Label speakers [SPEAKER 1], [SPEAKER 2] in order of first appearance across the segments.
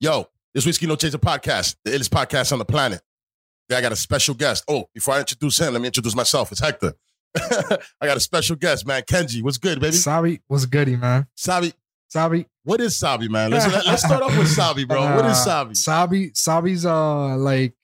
[SPEAKER 1] Yo, this Whiskey No Chaser podcast, the illest podcast on the planet. Today I got a special guest. Oh, before I introduce him, let me introduce myself. It's Hector. I got a special guest, man. Kenji, what's good, baby?
[SPEAKER 2] Sabi was goody, man.
[SPEAKER 1] Sabi,
[SPEAKER 2] Sabi,
[SPEAKER 1] what is Sabi, man? Let's, let, us start off with Sabi, bro. what is
[SPEAKER 2] Uh,
[SPEAKER 1] Sabi?
[SPEAKER 2] Sabi, Sabi's uh like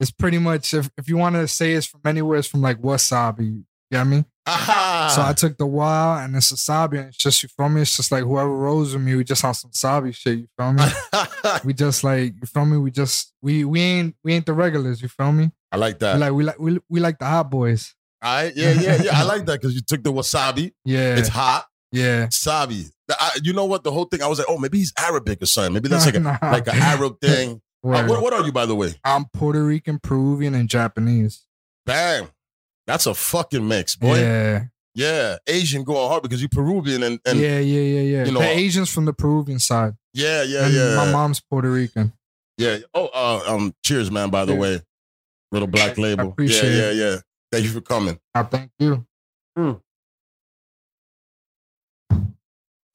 [SPEAKER 2] it's pretty much if, if you want to say it's from anywhere, it's from like wasabi. You get me?
[SPEAKER 1] Aha!
[SPEAKER 2] So I took the wild and it's a sabi, and it's just you feel me. It's just like whoever rolls with me, we just on some sabi shit. You feel me?
[SPEAKER 1] Uh-huh.
[SPEAKER 2] we just like you feel me. We just we we ain't we ain't the regulars. You feel me?
[SPEAKER 1] I like that.
[SPEAKER 2] We like we like we, we like the hot boys.
[SPEAKER 1] All right, yeah, yeah, yeah. I like that because you took the wasabi.
[SPEAKER 2] Yeah,
[SPEAKER 1] It's hot,
[SPEAKER 2] yeah.
[SPEAKER 1] sabi. The- I- you know what? The whole thing, I was like, oh, maybe he's Arabic or something. Maybe that's like a
[SPEAKER 2] Nah, nah.
[SPEAKER 1] like an Arab thing. Uh,
[SPEAKER 2] Word.
[SPEAKER 1] what, what are you, by the way?
[SPEAKER 2] I'm Puerto Rican, Peruvian, and Japanese.
[SPEAKER 1] Bam. That's a fucking mix, boy. Yeah,
[SPEAKER 2] Yeah.
[SPEAKER 1] Asian going hard because you Peruvian and, and yeah,
[SPEAKER 2] yeah, yeah, yeah, yeah.
[SPEAKER 1] you know,
[SPEAKER 2] the Asians from the Peruvian side.
[SPEAKER 1] yeah, yeah,
[SPEAKER 2] and
[SPEAKER 1] yeah.
[SPEAKER 2] My mom's Puerto Rican.
[SPEAKER 1] Yeah. Oh, uh, um, cheers, man. By the
[SPEAKER 2] Cheers.
[SPEAKER 1] way, little black label.
[SPEAKER 2] appreciate
[SPEAKER 1] yeah,
[SPEAKER 2] it.
[SPEAKER 1] yeah, yeah. Thank you for coming.
[SPEAKER 2] I thank you.
[SPEAKER 1] All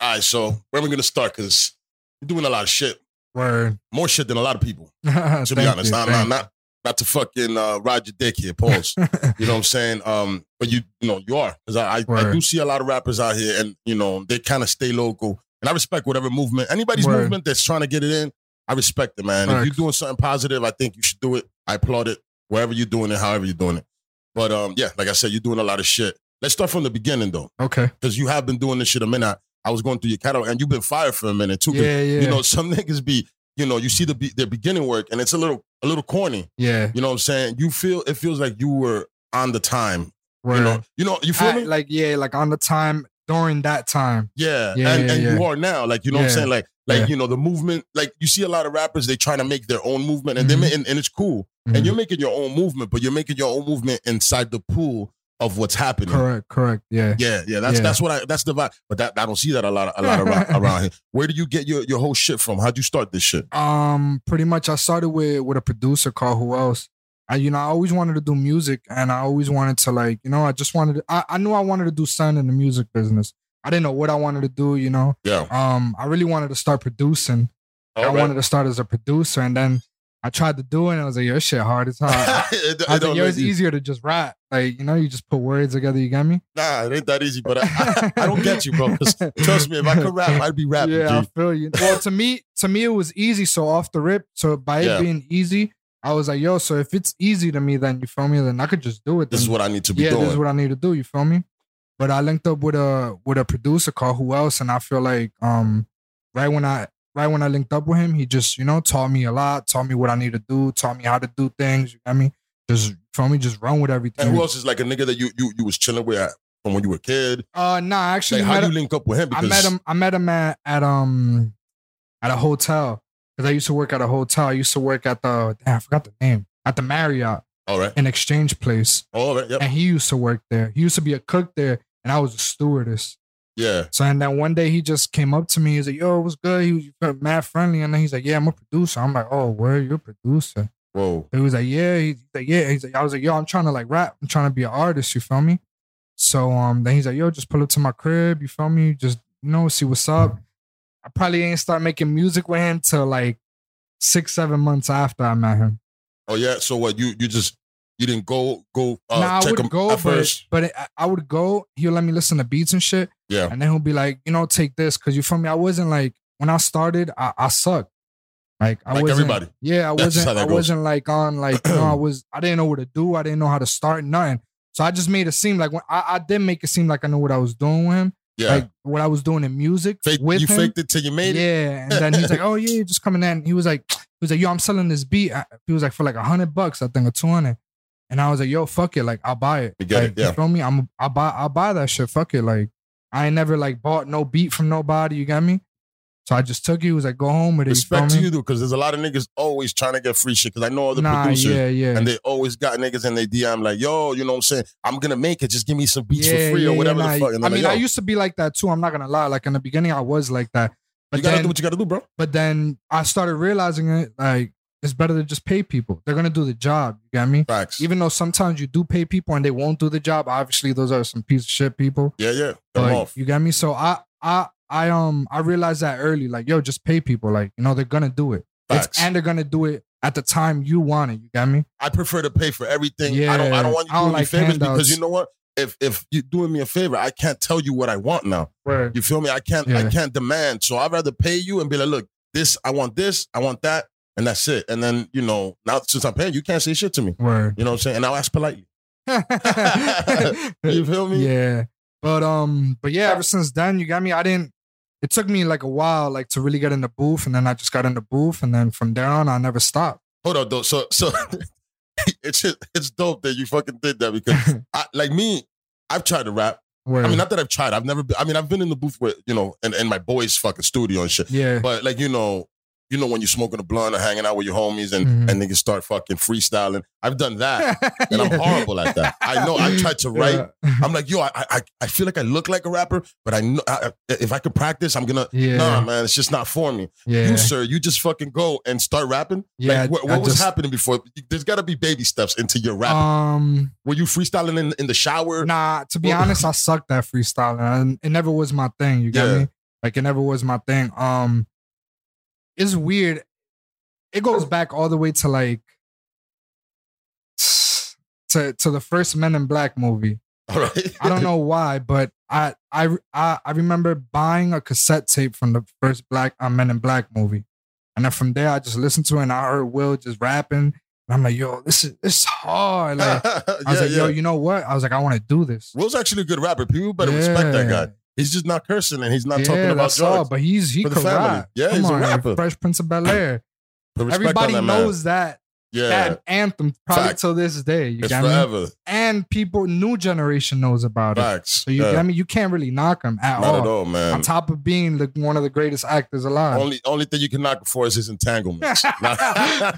[SPEAKER 1] right, so where are we gonna start? Because you're doing a lot of shit,
[SPEAKER 2] Word.
[SPEAKER 1] more shit than a lot of people.
[SPEAKER 2] to
[SPEAKER 1] to be honest. not, not, not, not to fucking uh, ride your dick here, pause. you know what I'm saying? Um, but you, you know, you are. Because I, I, I
[SPEAKER 2] Word.
[SPEAKER 1] do see a lot of rappers out here and, you know, they kind of stay local. And I respect whatever movement, anybody's
[SPEAKER 2] Word.
[SPEAKER 1] movement that's trying to get it in, I respect it, man. If
[SPEAKER 2] Facts.
[SPEAKER 1] you're doing something positive, I think you should do it. I applaud it, wherever you're doing it, however you're doing it. But um, yeah, like I said, you're doing a lot of shit. Let's start from the beginning, though,
[SPEAKER 2] Okay.
[SPEAKER 1] because you have been doing this shit a minute. I was going through your catalog, and you've been fired for a minute, too. 'cause
[SPEAKER 2] Yeah, yeah.
[SPEAKER 1] you know, some niggas be, you know, you see the be- their beginning work and it's a little a little corny.
[SPEAKER 2] yeah.
[SPEAKER 1] You know what I'm saying? You feel it feels like you were on the time.
[SPEAKER 2] Word.
[SPEAKER 1] You know, you know, you feel
[SPEAKER 2] I-
[SPEAKER 1] me?
[SPEAKER 2] like, yeah, like on the time during that time.
[SPEAKER 1] yeah.
[SPEAKER 2] Yeah,
[SPEAKER 1] and
[SPEAKER 2] yeah,
[SPEAKER 1] and
[SPEAKER 2] yeah.
[SPEAKER 1] you are now. Like, you know what I'm
[SPEAKER 2] Yeah.
[SPEAKER 1] saying? Like, like,
[SPEAKER 2] Yeah.
[SPEAKER 1] you know, the movement, like you see a lot of rappers, they trying to make their own movement and they
[SPEAKER 2] Mhm.
[SPEAKER 1] ma- and, and it's cool.
[SPEAKER 2] Mm-hmm.
[SPEAKER 1] And you're making your own movement, but you're making your own movement inside the pool of what's happening.
[SPEAKER 2] Mm-hmm. correct, correct. Yeah.
[SPEAKER 1] Yeah, yeah, that's
[SPEAKER 2] Yeah.
[SPEAKER 1] that's what I that's the vibe. But that I don't see that a lot of, a lot around, around here. Where do you get your, your whole shit from? How'd you start this shit?
[SPEAKER 2] Um, pretty much I started with with a producer called Who Else. I, you know, I always wanted to do music and I always wanted to like, you know, I just wanted to, I, I knew I wanted to do something in the music business. I didn't know what I wanted to do, you know.
[SPEAKER 1] Yeah.
[SPEAKER 2] Um, I really wanted to start producing. I wanted to start as a producer, and then I tried to do it, and I was like, "Yo, this shit hard. It's hard."
[SPEAKER 1] It- it
[SPEAKER 2] uh, I was
[SPEAKER 1] don't
[SPEAKER 2] like, "Yo,
[SPEAKER 1] make
[SPEAKER 2] it's
[SPEAKER 1] you-
[SPEAKER 2] easier to just rap. Like, you know, you just put words together. You got me?
[SPEAKER 1] Nah, it ain't that easy, but I, I, I don't get you, bro. 'cause Trust me, if I could rap, I'd be rapping.
[SPEAKER 2] yeah, I
[SPEAKER 1] G.
[SPEAKER 2] feel you. Well, to me, to me, it was easy. So off the rip, so by
[SPEAKER 1] Yeah.
[SPEAKER 2] it being easy, I was like, "Yo, so if it's easy to me, then you feel me? Then I could just do it.
[SPEAKER 1] This is
[SPEAKER 2] then.
[SPEAKER 1] what I need to be
[SPEAKER 2] yeah,
[SPEAKER 1] doing.
[SPEAKER 2] this is what I need to do. You feel me? But I linked up with a with a producer called Who Else, and I feel like um right when I right when I linked up with him, he just you know taught me a lot, taught me what I need to do, taught me how to do things. You know what I mean? Just for me, just run with everything.
[SPEAKER 1] and who else is like a nigga that you you, you was chilling with at- from when you were a kid?
[SPEAKER 2] Uh, nah, I actually,
[SPEAKER 1] Like, how
[SPEAKER 2] met
[SPEAKER 1] do you
[SPEAKER 2] him-
[SPEAKER 1] link up with him?
[SPEAKER 2] I
[SPEAKER 1] Because
[SPEAKER 2] met him. I met him at at um at a hotel because I used to work at a hotel. I used to work at the damn, I forgot the name at the Marriott,
[SPEAKER 1] All right, Oh,
[SPEAKER 2] an exchange place,
[SPEAKER 1] all right, yep.
[SPEAKER 2] and he used to work there. He used to be a cook there, and I was a stewardess.
[SPEAKER 1] yeah,
[SPEAKER 2] So and then one day he just came up to me. He's like, "Yo, what's good?" He was mad friendly, and then he's like, "Yeah, I'm a producer." I'm like, "Oh, where you're a producer?"
[SPEAKER 1] whoa,
[SPEAKER 2] He was like, "Yeah." He's like, "Yeah." He's like, "I was like, yo, I'm trying to like rap. I'm trying to be an artist. You feel me?" So um, then he's like, "Yo, just pull up to my crib. You feel me? Just you know, see what's up." I probably ain't start making music with him till like six, seven months after I met him.
[SPEAKER 1] oh yeah. So what? You you just you didn't go go uh,
[SPEAKER 2] nah, I
[SPEAKER 1] check
[SPEAKER 2] would
[SPEAKER 1] him
[SPEAKER 2] go,
[SPEAKER 1] at
[SPEAKER 2] but
[SPEAKER 1] first.
[SPEAKER 2] but it, I- I would go. He'll let me listen to beats and shit.
[SPEAKER 1] Yeah.
[SPEAKER 2] and then he'll be like, you know, take this because you feel me. I wasn't like when I started, I, I sucked. Like I
[SPEAKER 1] Like
[SPEAKER 2] wasn't.
[SPEAKER 1] everybody.
[SPEAKER 2] Yeah, I
[SPEAKER 1] That's just
[SPEAKER 2] wasn't.
[SPEAKER 1] how that
[SPEAKER 2] I
[SPEAKER 1] goes.
[SPEAKER 2] wasn't like on like you know, I was. I didn't know what to do. I didn't know how to start nothing. So I just made it seem like when I, I did make it seem like I knew what I was doing with him,
[SPEAKER 1] Yeah,
[SPEAKER 2] like what I was doing in music
[SPEAKER 1] Fake,
[SPEAKER 2] with
[SPEAKER 1] you
[SPEAKER 2] him.
[SPEAKER 1] faked it till you made it.
[SPEAKER 2] Yeah, and then he's like, "Oh yeah, just coming in." He was like, "He was like, yo, I'm selling this beat." I- He was like, "For like a hundred bucks, I think, or two hundred. And I was like, "Yo, fuck it, like I'll buy it."
[SPEAKER 1] You get it,
[SPEAKER 2] Like,
[SPEAKER 1] yeah.
[SPEAKER 2] You feel me? I'm I buy I buy that shit. Fuck it, like I ain't never like bought no beat from nobody. You got me? So I just took it. He was like, "Go home with it."
[SPEAKER 1] Respect
[SPEAKER 2] you
[SPEAKER 1] to
[SPEAKER 2] feel
[SPEAKER 1] you,
[SPEAKER 2] me?
[SPEAKER 1] though, because there's a lot of niggas always trying to get free shit. Because I know other
[SPEAKER 2] Nah,
[SPEAKER 1] producers.
[SPEAKER 2] yeah, yeah.
[SPEAKER 1] And they always got niggas in their DM like, yo, you know what I'm saying? I'm gonna make it. Just give me some beats for free or whatever
[SPEAKER 2] nah,
[SPEAKER 1] the fuck. And
[SPEAKER 2] I
[SPEAKER 1] I'm
[SPEAKER 2] mean,
[SPEAKER 1] like,
[SPEAKER 2] I
[SPEAKER 1] yo,
[SPEAKER 2] used to be like that too. I'm not gonna lie. Like in the beginning, I was like that. But
[SPEAKER 1] you gotta
[SPEAKER 2] then,
[SPEAKER 1] do what you gotta do, bro.
[SPEAKER 2] but then I started realizing it. Like it's better to just pay people. They're gonna do the job. You got me?
[SPEAKER 1] Facts.
[SPEAKER 2] Even though sometimes you do pay people and they won't do the job. Obviously, those are some piece of shit people.
[SPEAKER 1] yeah, yeah. Cut 'em
[SPEAKER 2] Like,
[SPEAKER 1] off.
[SPEAKER 2] you got me? So I I I um I realized that early. Like, yo, just pay people. Like, you know, they're gonna do it. It's-
[SPEAKER 1] Facts.
[SPEAKER 2] and they're gonna do it at the time you want it. You got me?
[SPEAKER 1] I prefer to pay for everything. I don't. I
[SPEAKER 2] Yeah.
[SPEAKER 1] don't want you
[SPEAKER 2] I don't
[SPEAKER 1] doing me
[SPEAKER 2] like
[SPEAKER 1] favors because
[SPEAKER 2] handouts.
[SPEAKER 1] you know what? If if you're doing me a favor, I can't tell you what I want now.
[SPEAKER 2] Right.
[SPEAKER 1] You feel me? I can't. I
[SPEAKER 2] Yeah.
[SPEAKER 1] can't demand. So I'd rather pay you and be like, look, this. I want this. I want that, and that's it. And then you know, now since I'm paying, you can't say shit to me.
[SPEAKER 2] Word.
[SPEAKER 1] You know what I'm saying? And I'll ask politely. You feel me?
[SPEAKER 2] yeah. But um, but yeah, ever since then, you got me. I didn't. It took me like a while, like to really get in the booth, and then I just got in the booth, and then from there on, I never stopped.
[SPEAKER 1] Hold on, though. So so it's just, it's dope that you fucking did that because I, like me, I've tried to rap.
[SPEAKER 2] Where,
[SPEAKER 1] I mean, not that I've tried. I've never. Been, I mean, I've been in the booth with you know, and in my boys' fucking studio and shit.
[SPEAKER 2] yeah,
[SPEAKER 1] But like you know, you know when you're smoking a blunt or hanging out with your homies and
[SPEAKER 2] Mhm.
[SPEAKER 1] and niggas start fucking freestyling. I've done that, and I'm
[SPEAKER 2] Yeah.
[SPEAKER 1] horrible at that. I know. I tried to write.
[SPEAKER 2] Yeah.
[SPEAKER 1] I'm like, yo, I, I I feel like I look like a rapper, but I know I, I- if I could practice, I'm gonna.
[SPEAKER 2] Yeah,
[SPEAKER 1] Nah, man, it's just not for me.
[SPEAKER 2] yeah,
[SPEAKER 1] You, sir, you just fucking go and start rapping.
[SPEAKER 2] yeah.
[SPEAKER 1] like, what,
[SPEAKER 2] I
[SPEAKER 1] what was
[SPEAKER 2] just-
[SPEAKER 1] happening before? There's got to be baby steps into your rap.
[SPEAKER 2] Um,
[SPEAKER 1] Were you freestyling in, in the shower?
[SPEAKER 2] nah. To be
[SPEAKER 1] Well-
[SPEAKER 2] honest, I sucked at freestyling. I, it never was my thing. You got
[SPEAKER 1] Yeah.
[SPEAKER 2] me? Like it never was my thing. Um, it's weird. It goes back all the way to like to to the first Men in Black movie.
[SPEAKER 1] All right.
[SPEAKER 2] I don't know why, but I I I, I remember buying a cassette tape from the first Black uh, Men in Black movie, and then from there I just listened to it and I heard Will just rapping, and I'm like, yo, this is this is hard. Like, I was
[SPEAKER 1] Yeah,
[SPEAKER 2] like,
[SPEAKER 1] yeah.
[SPEAKER 2] yo, you know what? I was like, I want to do this.
[SPEAKER 1] Will's actually a good rapper. People better respect that guy. He's just not cursing and he's not
[SPEAKER 2] Yeah,
[SPEAKER 1] talking about
[SPEAKER 2] that's all,
[SPEAKER 1] drugs.
[SPEAKER 2] but he's he
[SPEAKER 1] for the
[SPEAKER 2] can
[SPEAKER 1] family.
[SPEAKER 2] rap.
[SPEAKER 1] Yeah, he's a rapper.
[SPEAKER 2] Fresh Prince of Bel Air.
[SPEAKER 1] Put respect
[SPEAKER 2] Everybody
[SPEAKER 1] on that man.
[SPEAKER 2] knows that
[SPEAKER 1] Yeah,
[SPEAKER 2] that anthem probably
[SPEAKER 1] Fact.
[SPEAKER 2] till this day. You
[SPEAKER 1] it's
[SPEAKER 2] got me?
[SPEAKER 1] forever.
[SPEAKER 2] And people, new generation knows about it.
[SPEAKER 1] Facts.
[SPEAKER 2] So you,
[SPEAKER 1] yeah.
[SPEAKER 2] I mean, you can't really knock him at
[SPEAKER 1] not
[SPEAKER 2] all.
[SPEAKER 1] at all,
[SPEAKER 2] on
[SPEAKER 1] man.
[SPEAKER 2] top of being the, one of the greatest actors alive.
[SPEAKER 1] Only only thing you can knock for is his entanglements. nah, I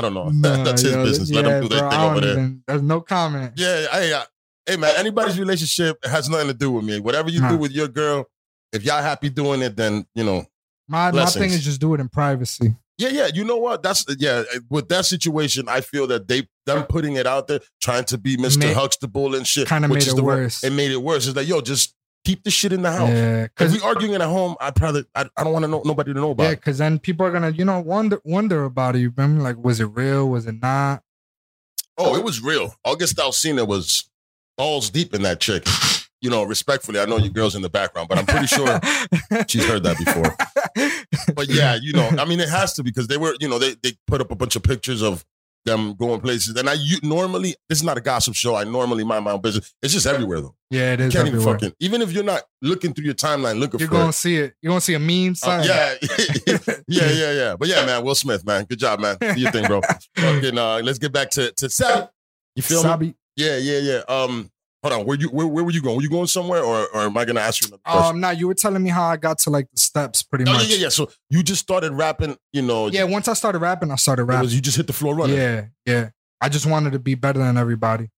[SPEAKER 1] don't know.
[SPEAKER 2] Nah,
[SPEAKER 1] That's his
[SPEAKER 2] yo,
[SPEAKER 1] business. Let
[SPEAKER 2] yeah,
[SPEAKER 1] him do their
[SPEAKER 2] bro,
[SPEAKER 1] thing
[SPEAKER 2] I
[SPEAKER 1] over
[SPEAKER 2] don't
[SPEAKER 1] there.
[SPEAKER 2] even- there's no comment.
[SPEAKER 1] Yeah, hey, I, hey, man. Anybody's relationship has nothing to do with me. Whatever you do
[SPEAKER 2] Nah.
[SPEAKER 1] with your girl, if y'all happy doing it, then you know.
[SPEAKER 2] my my
[SPEAKER 1] blessings.
[SPEAKER 2] thing is just do it in privacy.
[SPEAKER 1] Yeah, yeah. You know what? That's yeah. With that situation, I feel that they them putting it out there, trying to be Mister
[SPEAKER 2] Ma-
[SPEAKER 1] Huxtable and shit,
[SPEAKER 2] Kind of
[SPEAKER 1] which
[SPEAKER 2] made
[SPEAKER 1] is
[SPEAKER 2] it
[SPEAKER 1] the wor-
[SPEAKER 2] worse.
[SPEAKER 1] It made it worse. It's like, yo, just keep the shit in the house.
[SPEAKER 2] yeah,
[SPEAKER 1] If
[SPEAKER 2] because
[SPEAKER 1] we arguing at home, I probably I, I don't want to know nobody to know about.
[SPEAKER 2] yeah,
[SPEAKER 1] it.
[SPEAKER 2] 'cause then people are gonna you know wonder wonder about it. You remember like was it real? Was it not?
[SPEAKER 1] Oh, it was real. August Alsina was balls deep in that chick. You know, respectfully, I know you girls in the background, but I'm pretty sure she's heard that before. But yeah, you know, I mean, it has to because they were, you know, they they put up a bunch of pictures of them going places. And I you, normally, this is not a gossip show. I normally mind my own business. It's just everywhere though.
[SPEAKER 2] yeah, it is.
[SPEAKER 1] Can't even
[SPEAKER 2] everywhere.
[SPEAKER 1] fucking even if you're not looking through your timeline looking
[SPEAKER 2] You're
[SPEAKER 1] for
[SPEAKER 2] gonna
[SPEAKER 1] it.
[SPEAKER 2] see it. You're gonna see a meme
[SPEAKER 1] Uh,
[SPEAKER 2] sign.
[SPEAKER 1] yeah, yeah, yeah, yeah. But yeah, man, Will Smith, man, good job, man. Do your thing, bro. Fucking, uh, let's get back to to Sally. You feel me?
[SPEAKER 2] Sabi.
[SPEAKER 1] Yeah, yeah, yeah. Um, hold on. Where you where, where were you going? Were you going somewhere, or or am I gonna ask you another question?
[SPEAKER 2] Um, now you were telling me how I got to like the steps, pretty
[SPEAKER 1] Oh, yeah,
[SPEAKER 2] much.
[SPEAKER 1] yeah, yeah. So you just started rapping. You know,
[SPEAKER 2] yeah, once I started rapping, I started
[SPEAKER 1] it
[SPEAKER 2] rapping.
[SPEAKER 1] was, you just hit the floor running.
[SPEAKER 2] Yeah, yeah. I just wanted to be better than everybody.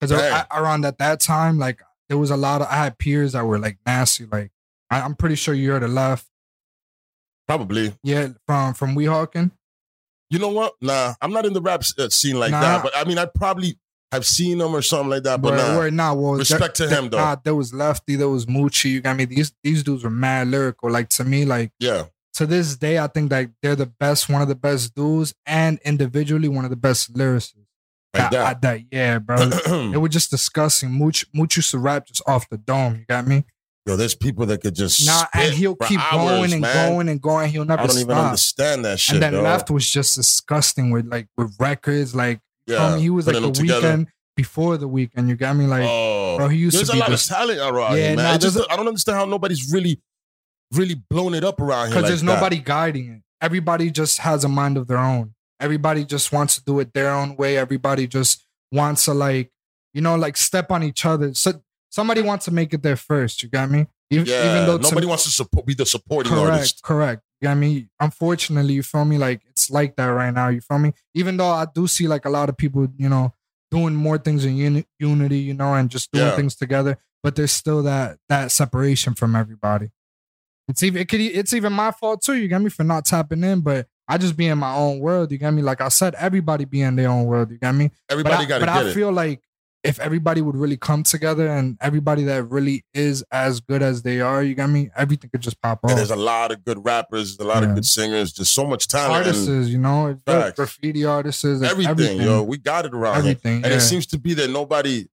[SPEAKER 2] Because
[SPEAKER 1] Dang.
[SPEAKER 2] around at that time, like there was a lot of I had peers that were like nasty. Like I, I'm pretty sure you heard the left.
[SPEAKER 1] Probably.
[SPEAKER 2] Yeah, from from Weehawken.
[SPEAKER 1] You know what? Nah, I'm not in the rap s- uh, scene like
[SPEAKER 2] Nah.
[SPEAKER 1] that. But I mean, I probably have seen him or something like that. But
[SPEAKER 2] Where-
[SPEAKER 1] nah,
[SPEAKER 2] where- nah, well, there-
[SPEAKER 1] respect to
[SPEAKER 2] there-
[SPEAKER 1] him though.
[SPEAKER 2] Nah, there was Lefty, there was Moochie. You got me. These these dudes were mad lyrical. Like to me, like
[SPEAKER 1] yeah,
[SPEAKER 2] to this day, I think like they're the best, one of the best dudes, and individually one of the best lyricists.
[SPEAKER 1] like
[SPEAKER 2] I- I-
[SPEAKER 1] that.
[SPEAKER 2] that yeah, bro. they were just discussing. Mooch Mooch used to rap just off the dome. You got me.
[SPEAKER 1] Yo, there's people that could just
[SPEAKER 2] Nah, and
[SPEAKER 1] spit
[SPEAKER 2] he'll
[SPEAKER 1] for
[SPEAKER 2] keep
[SPEAKER 1] hours,
[SPEAKER 2] going and
[SPEAKER 1] man.
[SPEAKER 2] going and going. He'll never
[SPEAKER 1] I don't
[SPEAKER 2] stop.
[SPEAKER 1] even understand that shit.
[SPEAKER 2] and then
[SPEAKER 1] dog.
[SPEAKER 2] left was just disgusting with like with records. Like
[SPEAKER 1] yeah,
[SPEAKER 2] um, he was like
[SPEAKER 1] putting
[SPEAKER 2] the
[SPEAKER 1] them together.
[SPEAKER 2] weekend before the weekend. You got me, like
[SPEAKER 1] oh,
[SPEAKER 2] bro. He used
[SPEAKER 1] There's a
[SPEAKER 2] to be
[SPEAKER 1] lot of
[SPEAKER 2] because
[SPEAKER 1] talent around
[SPEAKER 2] Yeah,
[SPEAKER 1] here, man.
[SPEAKER 2] nah,
[SPEAKER 1] It's just-
[SPEAKER 2] there's
[SPEAKER 1] I don't understand how nobody's really, really blown it up around here. like
[SPEAKER 2] there's
[SPEAKER 1] that.
[SPEAKER 2] nobody guiding it. Everybody just has a mind of their own. Everybody just wants to do it their own way. Everybody just wants to like you know like step on each other. So somebody wants to make it there first. You got me. Even,
[SPEAKER 1] Yeah,
[SPEAKER 2] even though to
[SPEAKER 1] nobody wants to support, be the supporting
[SPEAKER 2] correct,
[SPEAKER 1] artist.
[SPEAKER 2] Correct. You know what I mean? Unfortunately, you feel me? Like it's like that right now. You feel me? Even though I do see like a lot of people, you know, doing more things in uni- unity, you know, and just doing
[SPEAKER 1] Yeah.
[SPEAKER 2] things together, but there's still that that separation from everybody. It's even it could e- it's even my fault too. You got me for not tapping in, but I just be in my own world. You got me? Like I said, everybody be in their own world. You got me? But
[SPEAKER 1] Everybody
[SPEAKER 2] I,
[SPEAKER 1] got to
[SPEAKER 2] but
[SPEAKER 1] get
[SPEAKER 2] I
[SPEAKER 1] it.
[SPEAKER 2] feel like if everybody would really come together and everybody that really is as good as they are, you got me? Everything could just pop
[SPEAKER 1] and
[SPEAKER 2] off.
[SPEAKER 1] there's a lot of good rappers, a lot
[SPEAKER 2] Yeah.
[SPEAKER 1] of good singers, just so much talent.
[SPEAKER 2] Artists,
[SPEAKER 1] and
[SPEAKER 2] you know, if they're
[SPEAKER 1] Facts.
[SPEAKER 2] graffiti artists, if
[SPEAKER 1] everything,
[SPEAKER 2] everything,
[SPEAKER 1] yo. We got it around here.
[SPEAKER 2] everything.
[SPEAKER 1] And
[SPEAKER 2] yeah.
[SPEAKER 1] it seems to be that nobody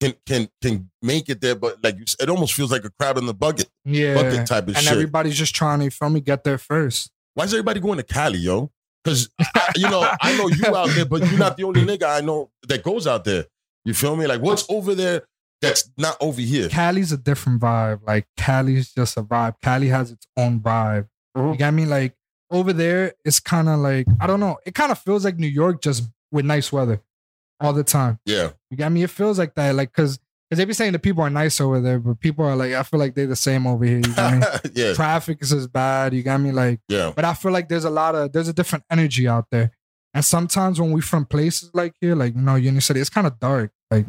[SPEAKER 1] can can can make it there, but like you, s- it almost feels like a crab in the bucket,
[SPEAKER 2] yeah.
[SPEAKER 1] bucket type of
[SPEAKER 2] and
[SPEAKER 1] shit.
[SPEAKER 2] everybody's just trying to, you feel me, get there first.
[SPEAKER 1] Why is everybody going to Cali, yo? Because you know, I know you out there, but you're not the only nigga I know that goes out there. You feel me? Like what's over there that's not over here?
[SPEAKER 2] Cali's a different vibe. Like Cali's just a vibe. Cali has its own vibe. You
[SPEAKER 1] Mhm.
[SPEAKER 2] got me? Like over there, it's kind of like I don't know. It kind of feels like New York just with nice weather all the time.
[SPEAKER 1] Yeah,
[SPEAKER 2] You got me? It feels like that. Like because because they be saying the people are nice over there, but people are like I feel like they're the same over here. You got me?
[SPEAKER 1] yeah,
[SPEAKER 2] Traffic is as bad. You got me? Like
[SPEAKER 1] yeah.
[SPEAKER 2] but I feel like there's a lot of there's a different energy out there. And sometimes when we from places like here, like you know, Union City, it's kind of dark. Like,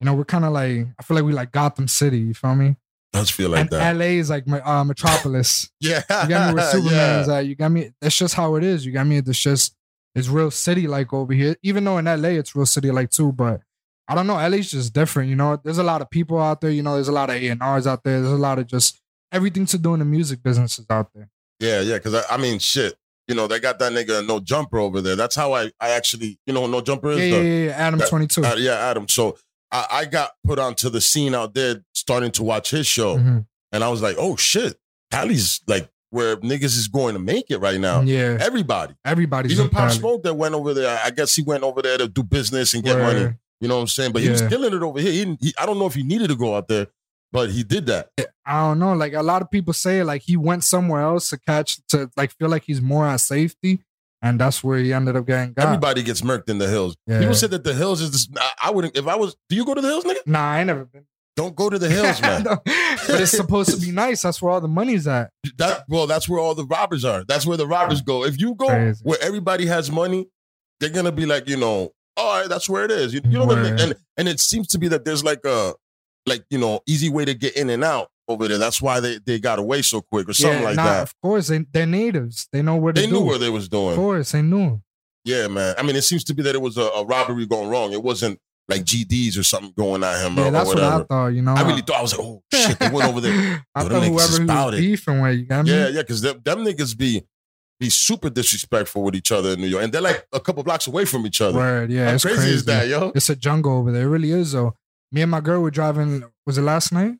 [SPEAKER 2] you know, we're kind of like I feel like we like Gotham City. You feel me?
[SPEAKER 1] Does feel like
[SPEAKER 2] and
[SPEAKER 1] that?
[SPEAKER 2] LA is like my uh, metropolis.
[SPEAKER 1] Yeah,
[SPEAKER 2] You got me where Superman
[SPEAKER 1] yeah.
[SPEAKER 2] is at. You got me. That's just how it is. You got me. It's just it's real city like over here. Even though in LA it's real city like too, but I don't know. LA's just different. You know, there's a lot of people out there. You know, there's a lot of A and R's out there. There's a lot of just everything to do in the music business is out there.
[SPEAKER 1] Yeah, yeah, because I, I mean, shit, you know, they got that nigga no jumper over there. That's how I, I actually, you know, what no jumper is
[SPEAKER 2] Yeah,
[SPEAKER 1] though?
[SPEAKER 2] yeah, yeah. yeah. Adam
[SPEAKER 1] that-
[SPEAKER 2] twenty two.
[SPEAKER 1] Uh, yeah, Adam. So I, I got put onto the scene out there, starting to watch his show,
[SPEAKER 2] Mhm.
[SPEAKER 1] and I was like, oh shit, Cali's like where niggas is going to make it right now.
[SPEAKER 2] Yeah,
[SPEAKER 1] Everybody,
[SPEAKER 2] everybody's
[SPEAKER 1] even
[SPEAKER 2] in
[SPEAKER 1] Pop
[SPEAKER 2] Cali.
[SPEAKER 1] Smoke that went over there. I guess he went over there to do business and get
[SPEAKER 2] Word.
[SPEAKER 1] money. You know what I'm saying? But he was
[SPEAKER 2] Yeah.
[SPEAKER 1] killing it over here. He, didn't- he, I don't know if he needed to go out there, but he did that.
[SPEAKER 2] I don't know. Like a lot of people say, like he went somewhere else to catch to like feel like he's more at safety, and that's where he ended up getting got.
[SPEAKER 1] Everybody gets murked in the hills.
[SPEAKER 2] Yeah.
[SPEAKER 1] People said that the hills is. This, I, I wouldn't. If I was, do you go to the hills, nigga?
[SPEAKER 2] nah, I ain't never been.
[SPEAKER 1] Don't go to the hills, man.
[SPEAKER 2] No. but it's supposed to be nice. That's where all the money's at.
[SPEAKER 1] that well, that's where all the robbers are. That's where the robbers go. If you go
[SPEAKER 2] Crazy.
[SPEAKER 1] where everybody has money, they're gonna be like, you know, all right, that's where it is. You, you know what I mean?
[SPEAKER 2] Word.
[SPEAKER 1] And and it seems to be that there's like a like you know easy way to get in and out over there. That's why they they got away so quick or something like
[SPEAKER 2] nah,
[SPEAKER 1] that.
[SPEAKER 2] Of course, they, they're natives. They know where to
[SPEAKER 1] They
[SPEAKER 2] do.
[SPEAKER 1] knew where they was
[SPEAKER 2] Of
[SPEAKER 1] doing.
[SPEAKER 2] course, they knew.
[SPEAKER 1] Yeah, man. I mean, it seems to be that it was a, a robbery going wrong. It wasn't like GDs or something going at him
[SPEAKER 2] Yeah,
[SPEAKER 1] or, or
[SPEAKER 2] that's what
[SPEAKER 1] whatever.
[SPEAKER 2] I thought. You know, uh,
[SPEAKER 1] I really thought I was like, oh shit, they went over there.
[SPEAKER 2] I
[SPEAKER 1] Yo, them
[SPEAKER 2] thought
[SPEAKER 1] niggas is
[SPEAKER 2] whoever he
[SPEAKER 1] about
[SPEAKER 2] was
[SPEAKER 1] it.
[SPEAKER 2] beefing with, you got me?
[SPEAKER 1] yeah, yeah, because them, them niggas be be super disrespectful with each other in New York, and they're like a couple blocks away from each other.
[SPEAKER 2] Word, yeah.
[SPEAKER 1] How
[SPEAKER 2] it's
[SPEAKER 1] crazy, is that, yo?
[SPEAKER 2] It's a jungle over there. It really is though. Me and my girl were driving. Was it last night?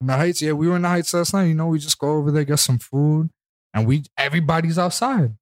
[SPEAKER 2] In the heights. Yeah, we were in the heights last night. You know, we just go over there, get some food, and we everybody's outside.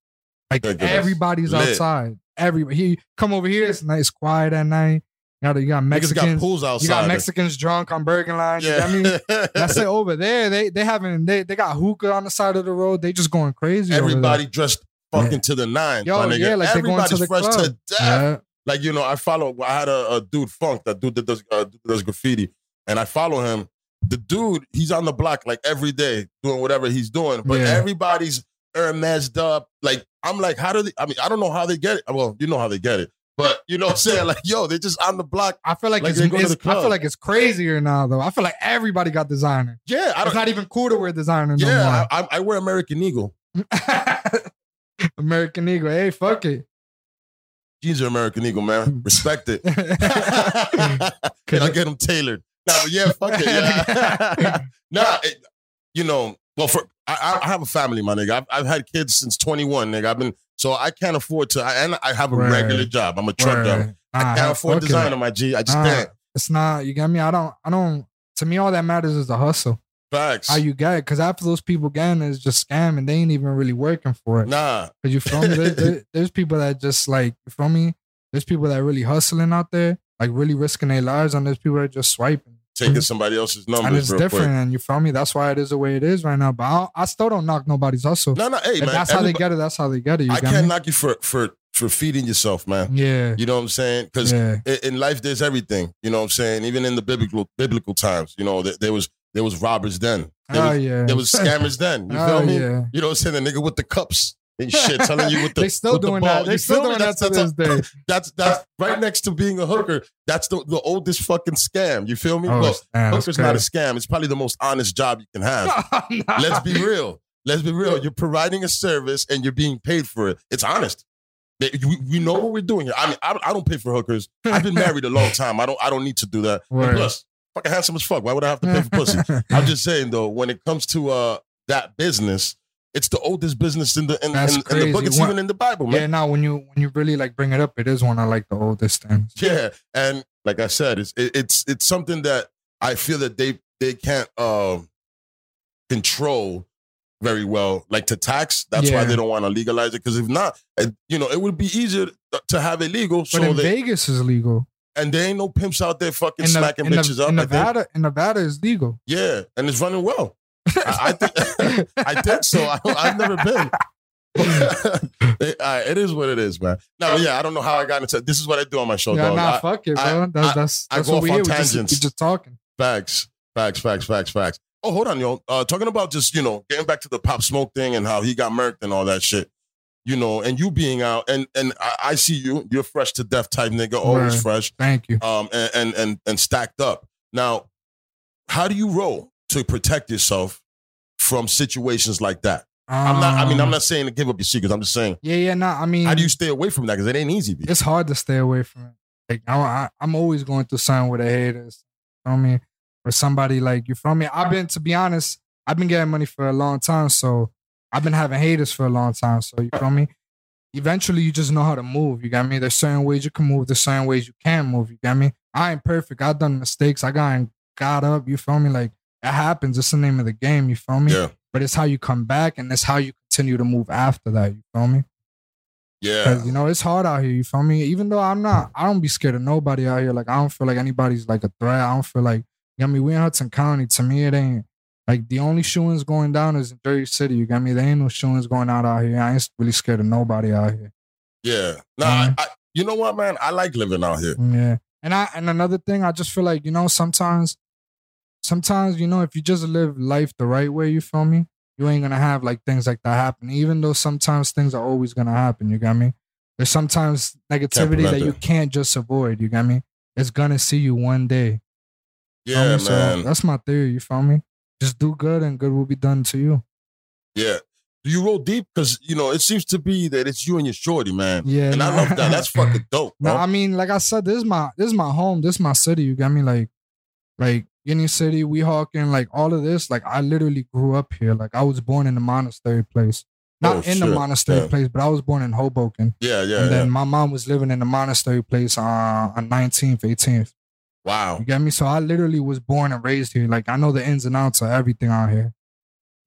[SPEAKER 2] Like
[SPEAKER 1] Look at us.
[SPEAKER 2] everybody's
[SPEAKER 1] Lit.
[SPEAKER 2] outside. Everybody he come over here. It's nice, quiet at night. You got, you got
[SPEAKER 1] Niggas got
[SPEAKER 2] Mexicans.
[SPEAKER 1] pools
[SPEAKER 2] you got
[SPEAKER 1] outside.
[SPEAKER 2] Mexicans drunk on Bergen Line. You know
[SPEAKER 1] yeah,
[SPEAKER 2] what I mean? That's it over there. They they having they they got hookah on the side of the road. They just going crazy. over there.
[SPEAKER 1] Everybody dressed fucking to the nine.
[SPEAKER 2] Yo,
[SPEAKER 1] my nigga.
[SPEAKER 2] yeah, like they're going to
[SPEAKER 1] Everybody's
[SPEAKER 2] the
[SPEAKER 1] fresh
[SPEAKER 2] club.
[SPEAKER 1] to death.
[SPEAKER 2] Yeah.
[SPEAKER 1] Like you know, I follow. I had a, a dude Funk, that dude that does uh, dude that does graffiti, and I follow him. The dude, he's on the block like every day doing whatever he's doing, but
[SPEAKER 2] Yeah.
[SPEAKER 1] everybody's Hermes up. Like I'm like, how do they? I mean, I don't know how they get it. Well, you know how they get it, but you know what I'm saying? Like, yo, they're just on the block.
[SPEAKER 2] I feel like,
[SPEAKER 1] Like,
[SPEAKER 2] it's,
[SPEAKER 1] they go to
[SPEAKER 2] it's-
[SPEAKER 1] the club.
[SPEAKER 2] I feel like it's crazier now though. I feel like everybody got designer.
[SPEAKER 1] Yeah, I
[SPEAKER 2] It's
[SPEAKER 1] don't.
[SPEAKER 2] not even cool to wear designer no
[SPEAKER 1] Yeah, I, I, I wear American Eagle.
[SPEAKER 2] more. American Eagle. Hey, fuck it.
[SPEAKER 1] Jeans are American Eagle, man. Respect it.
[SPEAKER 2] Could
[SPEAKER 1] I'll
[SPEAKER 2] you-
[SPEAKER 1] get them tailored. Nah, but yeah, fuck it. Yeah. nah, it- you know, well, for I, I have a family, my nigga. I've, I've had kids since 21, nigga. I've been so I can't afford to. I, and I have a
[SPEAKER 2] Right. Uh-huh.
[SPEAKER 1] regular job. I'm a truck
[SPEAKER 2] Word.
[SPEAKER 1] driver. I
[SPEAKER 2] Nah,
[SPEAKER 1] can't afford
[SPEAKER 2] fuck it.
[SPEAKER 1] designer, my G. I just
[SPEAKER 2] Nah,
[SPEAKER 1] can't.
[SPEAKER 2] It's not. You got me. I don't. I don't. To me, all that matters is the hustle.
[SPEAKER 1] Facts.
[SPEAKER 2] How you get it? Because after those people getting it, it's just scamming. They ain't even really working for it.
[SPEAKER 1] nah,
[SPEAKER 2] Cause you feel me? There, there- there's people that just like you feel me. There's people that really hustling out there, like really risking their lives, and there's people that just swiping.
[SPEAKER 1] taking somebody else's
[SPEAKER 2] and
[SPEAKER 1] numbers
[SPEAKER 2] it's
[SPEAKER 1] real
[SPEAKER 2] different.
[SPEAKER 1] quick.
[SPEAKER 2] And you feel me? That's why it is the way it is right now. But I, don't- I still don't knock nobody's hustle.
[SPEAKER 1] No, no, hey,
[SPEAKER 2] if
[SPEAKER 1] man.
[SPEAKER 2] that's how they
[SPEAKER 1] everybody-
[SPEAKER 2] get it, that's how they get it. You
[SPEAKER 1] I
[SPEAKER 2] got
[SPEAKER 1] can't
[SPEAKER 2] me?
[SPEAKER 1] knock you for for for feeding yourself, man.
[SPEAKER 2] Yeah.
[SPEAKER 1] You know what I'm saying? Because
[SPEAKER 2] Yeah.
[SPEAKER 1] in, in life there's everything you know what i'm saying even in the biblical biblical times you know there, there was there was robbers then there
[SPEAKER 2] oh
[SPEAKER 1] was,
[SPEAKER 2] yeah.
[SPEAKER 1] there was scammers then you
[SPEAKER 2] oh,
[SPEAKER 1] feel me
[SPEAKER 2] yeah.
[SPEAKER 1] you know what i'm saying the nigga with the cups and shit telling you with the
[SPEAKER 2] they still
[SPEAKER 1] with the
[SPEAKER 2] doing
[SPEAKER 1] ball.
[SPEAKER 2] that. They
[SPEAKER 1] You
[SPEAKER 2] still
[SPEAKER 1] feel me?
[SPEAKER 2] doing that
[SPEAKER 1] that's,
[SPEAKER 2] to this
[SPEAKER 1] that's,
[SPEAKER 2] day.
[SPEAKER 1] that's that's right next to being a hooker that's the, the oldest fucking scam you feel me
[SPEAKER 2] Oh,
[SPEAKER 1] Look,
[SPEAKER 2] damn, that's
[SPEAKER 1] hooker's not a
[SPEAKER 2] crazy.
[SPEAKER 1] scam it's probably the most honest job you can have let's be real Let's be real. You're providing a service and you're being paid for it. It's honest. That you- We know what we're doing here. I mean, I, I don't pay for hookers. I've been married a long time. I don't. I don't need to do that. And
[SPEAKER 2] Word.
[SPEAKER 1] plus, fucking handsome as fuck. Why would I have to pay for pussy? I'm just saying though, when it comes to uh that business, it's the oldest business in the in,
[SPEAKER 2] That's
[SPEAKER 1] in, in the book.
[SPEAKER 2] crazy.
[SPEAKER 1] It's
[SPEAKER 2] One-
[SPEAKER 1] even in the Bible, man.
[SPEAKER 2] yeah, now when you when you really like bring it up, it is one of like the oldest things.
[SPEAKER 1] Yeah, and like I said, it's it, it's it's something that I feel that they they can't um control very well, like to tax. That's why
[SPEAKER 2] Yeah.
[SPEAKER 1] they don't want to legalize it because if not, uh, you know, it would be easier to have it legal.
[SPEAKER 2] But
[SPEAKER 1] So
[SPEAKER 2] in
[SPEAKER 1] they
[SPEAKER 2] Vegas is legal.
[SPEAKER 1] and there ain't no pimps out there fucking
[SPEAKER 2] In, the-
[SPEAKER 1] smacking
[SPEAKER 2] in, the-
[SPEAKER 1] bitches up.
[SPEAKER 2] in
[SPEAKER 1] like they-
[SPEAKER 2] Nevada, in Nevada is legal.
[SPEAKER 1] yeah, and it's running well. I, I think I think so. I, I've never been. it, uh, it is what it is, man. No, but yeah, I don't know how I got into. This is what I do on my show,
[SPEAKER 2] yeah,
[SPEAKER 1] dog.
[SPEAKER 2] nah,
[SPEAKER 1] I-
[SPEAKER 2] fuck it, bro.
[SPEAKER 1] I-
[SPEAKER 2] that's that's,
[SPEAKER 1] I
[SPEAKER 2] that's
[SPEAKER 1] go
[SPEAKER 2] what
[SPEAKER 1] off
[SPEAKER 2] we
[SPEAKER 1] on
[SPEAKER 2] here. We just, we
[SPEAKER 1] tangents.
[SPEAKER 2] just talking.
[SPEAKER 1] Facts, facts, facts, facts, facts. Oh, hold on, yo. Uh, talking about just you know getting back to the pop smoke thing and how he got murked and all that shit. You know, and you being out, and and I, I see you. You're fresh to death type nigga, always
[SPEAKER 2] Right.
[SPEAKER 1] fresh.
[SPEAKER 2] Thank you.
[SPEAKER 1] Um, and and and, and stacked up. Now, how do you roll to protect yourself from situations like that? I'm not. I mean, I'm
[SPEAKER 2] Um,
[SPEAKER 1] not saying to give up your secrets. I'm just saying,
[SPEAKER 2] Yeah, yeah, nah. I mean,
[SPEAKER 1] how do you stay away from that? Because it ain't easy. B.
[SPEAKER 2] it's hard to stay away from it. Like I, I, I'm always going through something with a haters. You know what I mean? Or somebody like you from me. I've been, to be honest, I've been getting money for a long time. So I've been having haters for a long time. So you feel me? Eventually, you just know how to move. You got me? There's certain ways you can move. There's certain ways you can move. You got me? I ain't perfect. I've done mistakes. I got got up. You feel me? Like it happens. It's the name of the game. You feel me?
[SPEAKER 1] Yeah,
[SPEAKER 2] But it's how you come back, and it's how you continue to move after that. You feel me?
[SPEAKER 1] yeah.
[SPEAKER 2] Cause you know it's hard out here. You feel me? Even though I'm not, I don't be scared of nobody out here. Like I don't feel like anybody's like a threat. I don't feel like you know me. We in Hudson County. To me, it ain't like the only shootings going down is in Jersey City. You got me? There ain't no shootings going out out here. I ain't really scared of nobody out here.
[SPEAKER 1] Yeah. Nah, I,
[SPEAKER 2] Mhm.
[SPEAKER 1] I, you know what, man? I like living out here.
[SPEAKER 2] Yeah. And I and another thing, I just feel like you know sometimes, sometimes you know if you just live life the right way, you feel me? You ain't gonna have like things like that happen. Even though sometimes things are always gonna happen. You got me? There's sometimes negativity
[SPEAKER 1] prevent
[SPEAKER 2] that you
[SPEAKER 1] it.
[SPEAKER 2] can't just avoid. You got me? It's gonna see you one day. you feel
[SPEAKER 1] Yeah,
[SPEAKER 2] me? So
[SPEAKER 1] man.
[SPEAKER 2] that's my theory. You feel me? Just do good and good will be done to you.
[SPEAKER 1] Yeah. Do you roll deep? Because you know, it seems to be that it's you and your shorty, man.
[SPEAKER 2] Yeah.
[SPEAKER 1] And I
[SPEAKER 2] nah.
[SPEAKER 1] love that. That's fucking dope,
[SPEAKER 2] No,
[SPEAKER 1] bro.
[SPEAKER 2] I mean, like I said, this is my this is my home, this is my city. You got me, like, like Guinea City, Weehawken, like all of this. Like I literally grew up here. Like I was born in the monastery place, not
[SPEAKER 1] Oh,
[SPEAKER 2] in the
[SPEAKER 1] shit.
[SPEAKER 2] monastery
[SPEAKER 1] Yeah.
[SPEAKER 2] place, but I was born in Hoboken,
[SPEAKER 1] yeah, yeah,
[SPEAKER 2] and then
[SPEAKER 1] yeah.
[SPEAKER 2] my mom was living in the monastery place uh, on nineteenth, eighteenth.
[SPEAKER 1] Wow.
[SPEAKER 2] You got me? So I literally was born and raised here. Like I know the ins and outs of everything out here.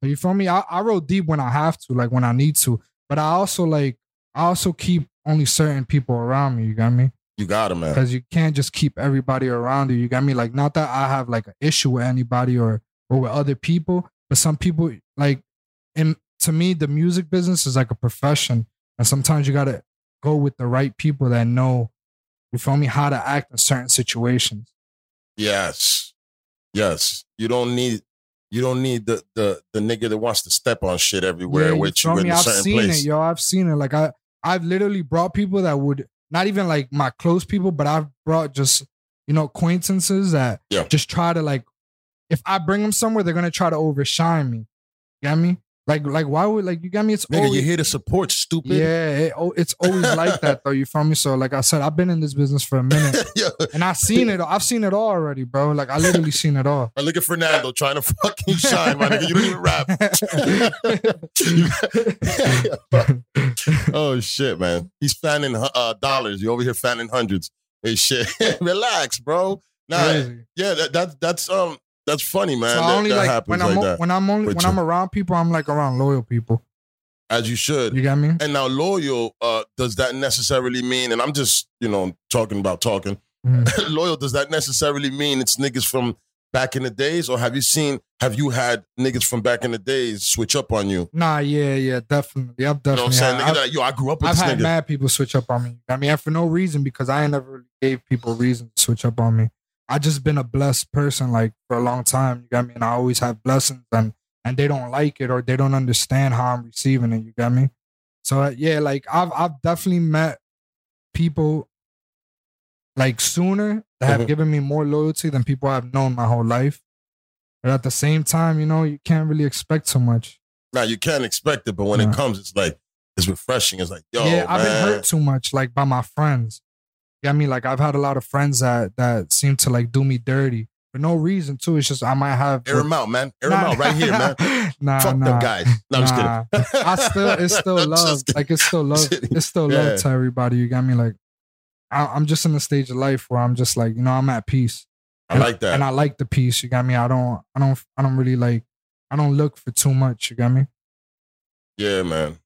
[SPEAKER 2] So you feel me? I, I roll deep when I have to, like when I need to. But I also like I also keep only certain people around me. You got me?
[SPEAKER 1] You got it, man.
[SPEAKER 2] because you can't just keep everybody around you. You got me? Like, not that I have like an issue with anybody or or with other people, but some people like, and to me, the music business is like a profession, and sometimes you gotta go with the right people that know, you feel me, how to act in certain situations.
[SPEAKER 1] Yes. Yes. You don't need you don't need the the the nigga that wants to step on shit everywhere
[SPEAKER 2] you
[SPEAKER 1] with
[SPEAKER 2] feel
[SPEAKER 1] you in
[SPEAKER 2] me?
[SPEAKER 1] a
[SPEAKER 2] I've
[SPEAKER 1] certain
[SPEAKER 2] seen
[SPEAKER 1] place.
[SPEAKER 2] it, yo. I've seen it. Like I, I've literally brought people that would not even like my close people, but I've brought just you know acquaintances that
[SPEAKER 1] Yeah.
[SPEAKER 2] just try to like. If I bring them somewhere, they're gonna try to overshine me. You got me? Like, like why would like you got me? It's
[SPEAKER 1] Nigga,
[SPEAKER 2] always,
[SPEAKER 1] you're here to support, stupid.
[SPEAKER 2] Oh, yeah, it, oh, it's always like that though. You feel me? So like I said, I've been in this business for a minute,
[SPEAKER 1] yeah.
[SPEAKER 2] and I've seen it. I've seen it all already, bro. Like I literally seen it all.
[SPEAKER 1] I look at Fernando trying to fucking shine, my nigga. You don't even rap. oh shit, man. He's fanning uh, dollars. You over here fanning hundreds. Hey shit. Relax, bro. Nah,
[SPEAKER 2] Crazy.
[SPEAKER 1] yeah, that, that that's um that's funny, man.
[SPEAKER 2] So
[SPEAKER 1] that
[SPEAKER 2] I only
[SPEAKER 1] that
[SPEAKER 2] like
[SPEAKER 1] happens
[SPEAKER 2] when I'm
[SPEAKER 1] like
[SPEAKER 2] o-
[SPEAKER 1] that.
[SPEAKER 2] when I'm only
[SPEAKER 1] with
[SPEAKER 2] when
[SPEAKER 1] you.
[SPEAKER 2] I'm around people, I'm like around loyal people.
[SPEAKER 1] as you should.
[SPEAKER 2] You got me?
[SPEAKER 1] and now loyal, uh, does that necessarily mean, and I'm just, you know, talking about talking.
[SPEAKER 2] Mhm.
[SPEAKER 1] loyal, does that necessarily mean it's niggas from back in the days? Or have you seen have you had niggas from back in the days switch up on you?
[SPEAKER 2] Nah, yeah, yeah, definitely. I've
[SPEAKER 1] You know what I'm
[SPEAKER 2] definitely.
[SPEAKER 1] saying?
[SPEAKER 2] had-
[SPEAKER 1] Nigga,
[SPEAKER 2] I've,
[SPEAKER 1] like, yo, I grew up with
[SPEAKER 2] I've
[SPEAKER 1] this
[SPEAKER 2] had
[SPEAKER 1] nigga.
[SPEAKER 2] mad people switch up on me. I mean, and for no reason because I ain't never really gave people reason to switch up on me. I just been a blessed person like for a long time. You got me, and I always have blessings, and and they don't like it or they don't understand how I'm receiving it. You got me? So uh, yeah, like I've I've definitely met people like sooner that have
[SPEAKER 1] Mhm.
[SPEAKER 2] given me more loyalty than people I've known my whole life. But at the same time, you know, you can't really expect so much.
[SPEAKER 1] Now you can't expect it, but when
[SPEAKER 2] Nah.
[SPEAKER 1] it comes, it's like it's refreshing. It's like, yo,
[SPEAKER 2] yeah, I've been
[SPEAKER 1] man.
[SPEAKER 2] hurt too much, like by my friends. You know what I mean? Like I've had a lot of friends that that seem to like do me dirty for no reason too. It's just I might have
[SPEAKER 1] Air him out, man. Air him
[SPEAKER 2] Nah,
[SPEAKER 1] out right here, man.
[SPEAKER 2] Nah,
[SPEAKER 1] Fuck
[SPEAKER 2] nah,
[SPEAKER 1] them guys. No, I'm just kidding.
[SPEAKER 2] nah. I still, it's still
[SPEAKER 1] I'm just
[SPEAKER 2] love.
[SPEAKER 1] kidding.
[SPEAKER 2] Like it's still love.
[SPEAKER 1] kidding.
[SPEAKER 2] It's still
[SPEAKER 1] Yeah.
[SPEAKER 2] love to everybody. You got me. Like I, I'm just in the stage of life where I'm just like, you know, I'm at peace,
[SPEAKER 1] I like that.
[SPEAKER 2] and I like the peace. You got me. I don't, I don't, I don't really like. I don't look for too much. You got me.
[SPEAKER 1] Yeah, man.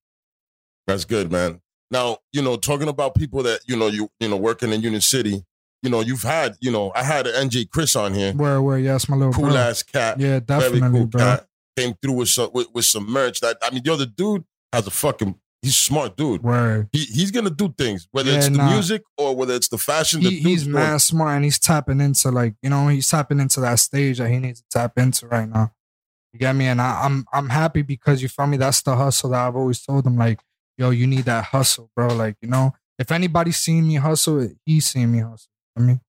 [SPEAKER 1] That's good, man. Now, you know, talking about people that, you know, you you know, working in Union City, you know, you've had, you know, I had an NJ Chris on here.
[SPEAKER 2] Where, where? Yes, my little
[SPEAKER 1] Cool
[SPEAKER 2] bro.
[SPEAKER 1] ass cat. Very
[SPEAKER 2] Yeah, definitely,
[SPEAKER 1] cool
[SPEAKER 2] bro.
[SPEAKER 1] cat. Came through with some with, with some merch. That I mean, the other dude has a fucking he's a smart dude.
[SPEAKER 2] Word.
[SPEAKER 1] He, he's gonna do things, whether it's
[SPEAKER 2] Yeah,
[SPEAKER 1] the
[SPEAKER 2] nah.
[SPEAKER 1] music or whether it's the fashion. The
[SPEAKER 2] He,
[SPEAKER 1] dude's
[SPEAKER 2] he's
[SPEAKER 1] doing-
[SPEAKER 2] mad smart and he's tapping into like you know he's tapping into that stage that he needs to tap into right now. You get me? And I, I'm I'm happy because you feel me. That's the hustle that I've always told him. Like yo, you need that hustle, bro. Like you know, if anybody's seen me hustle, he's seen me hustle. I mean,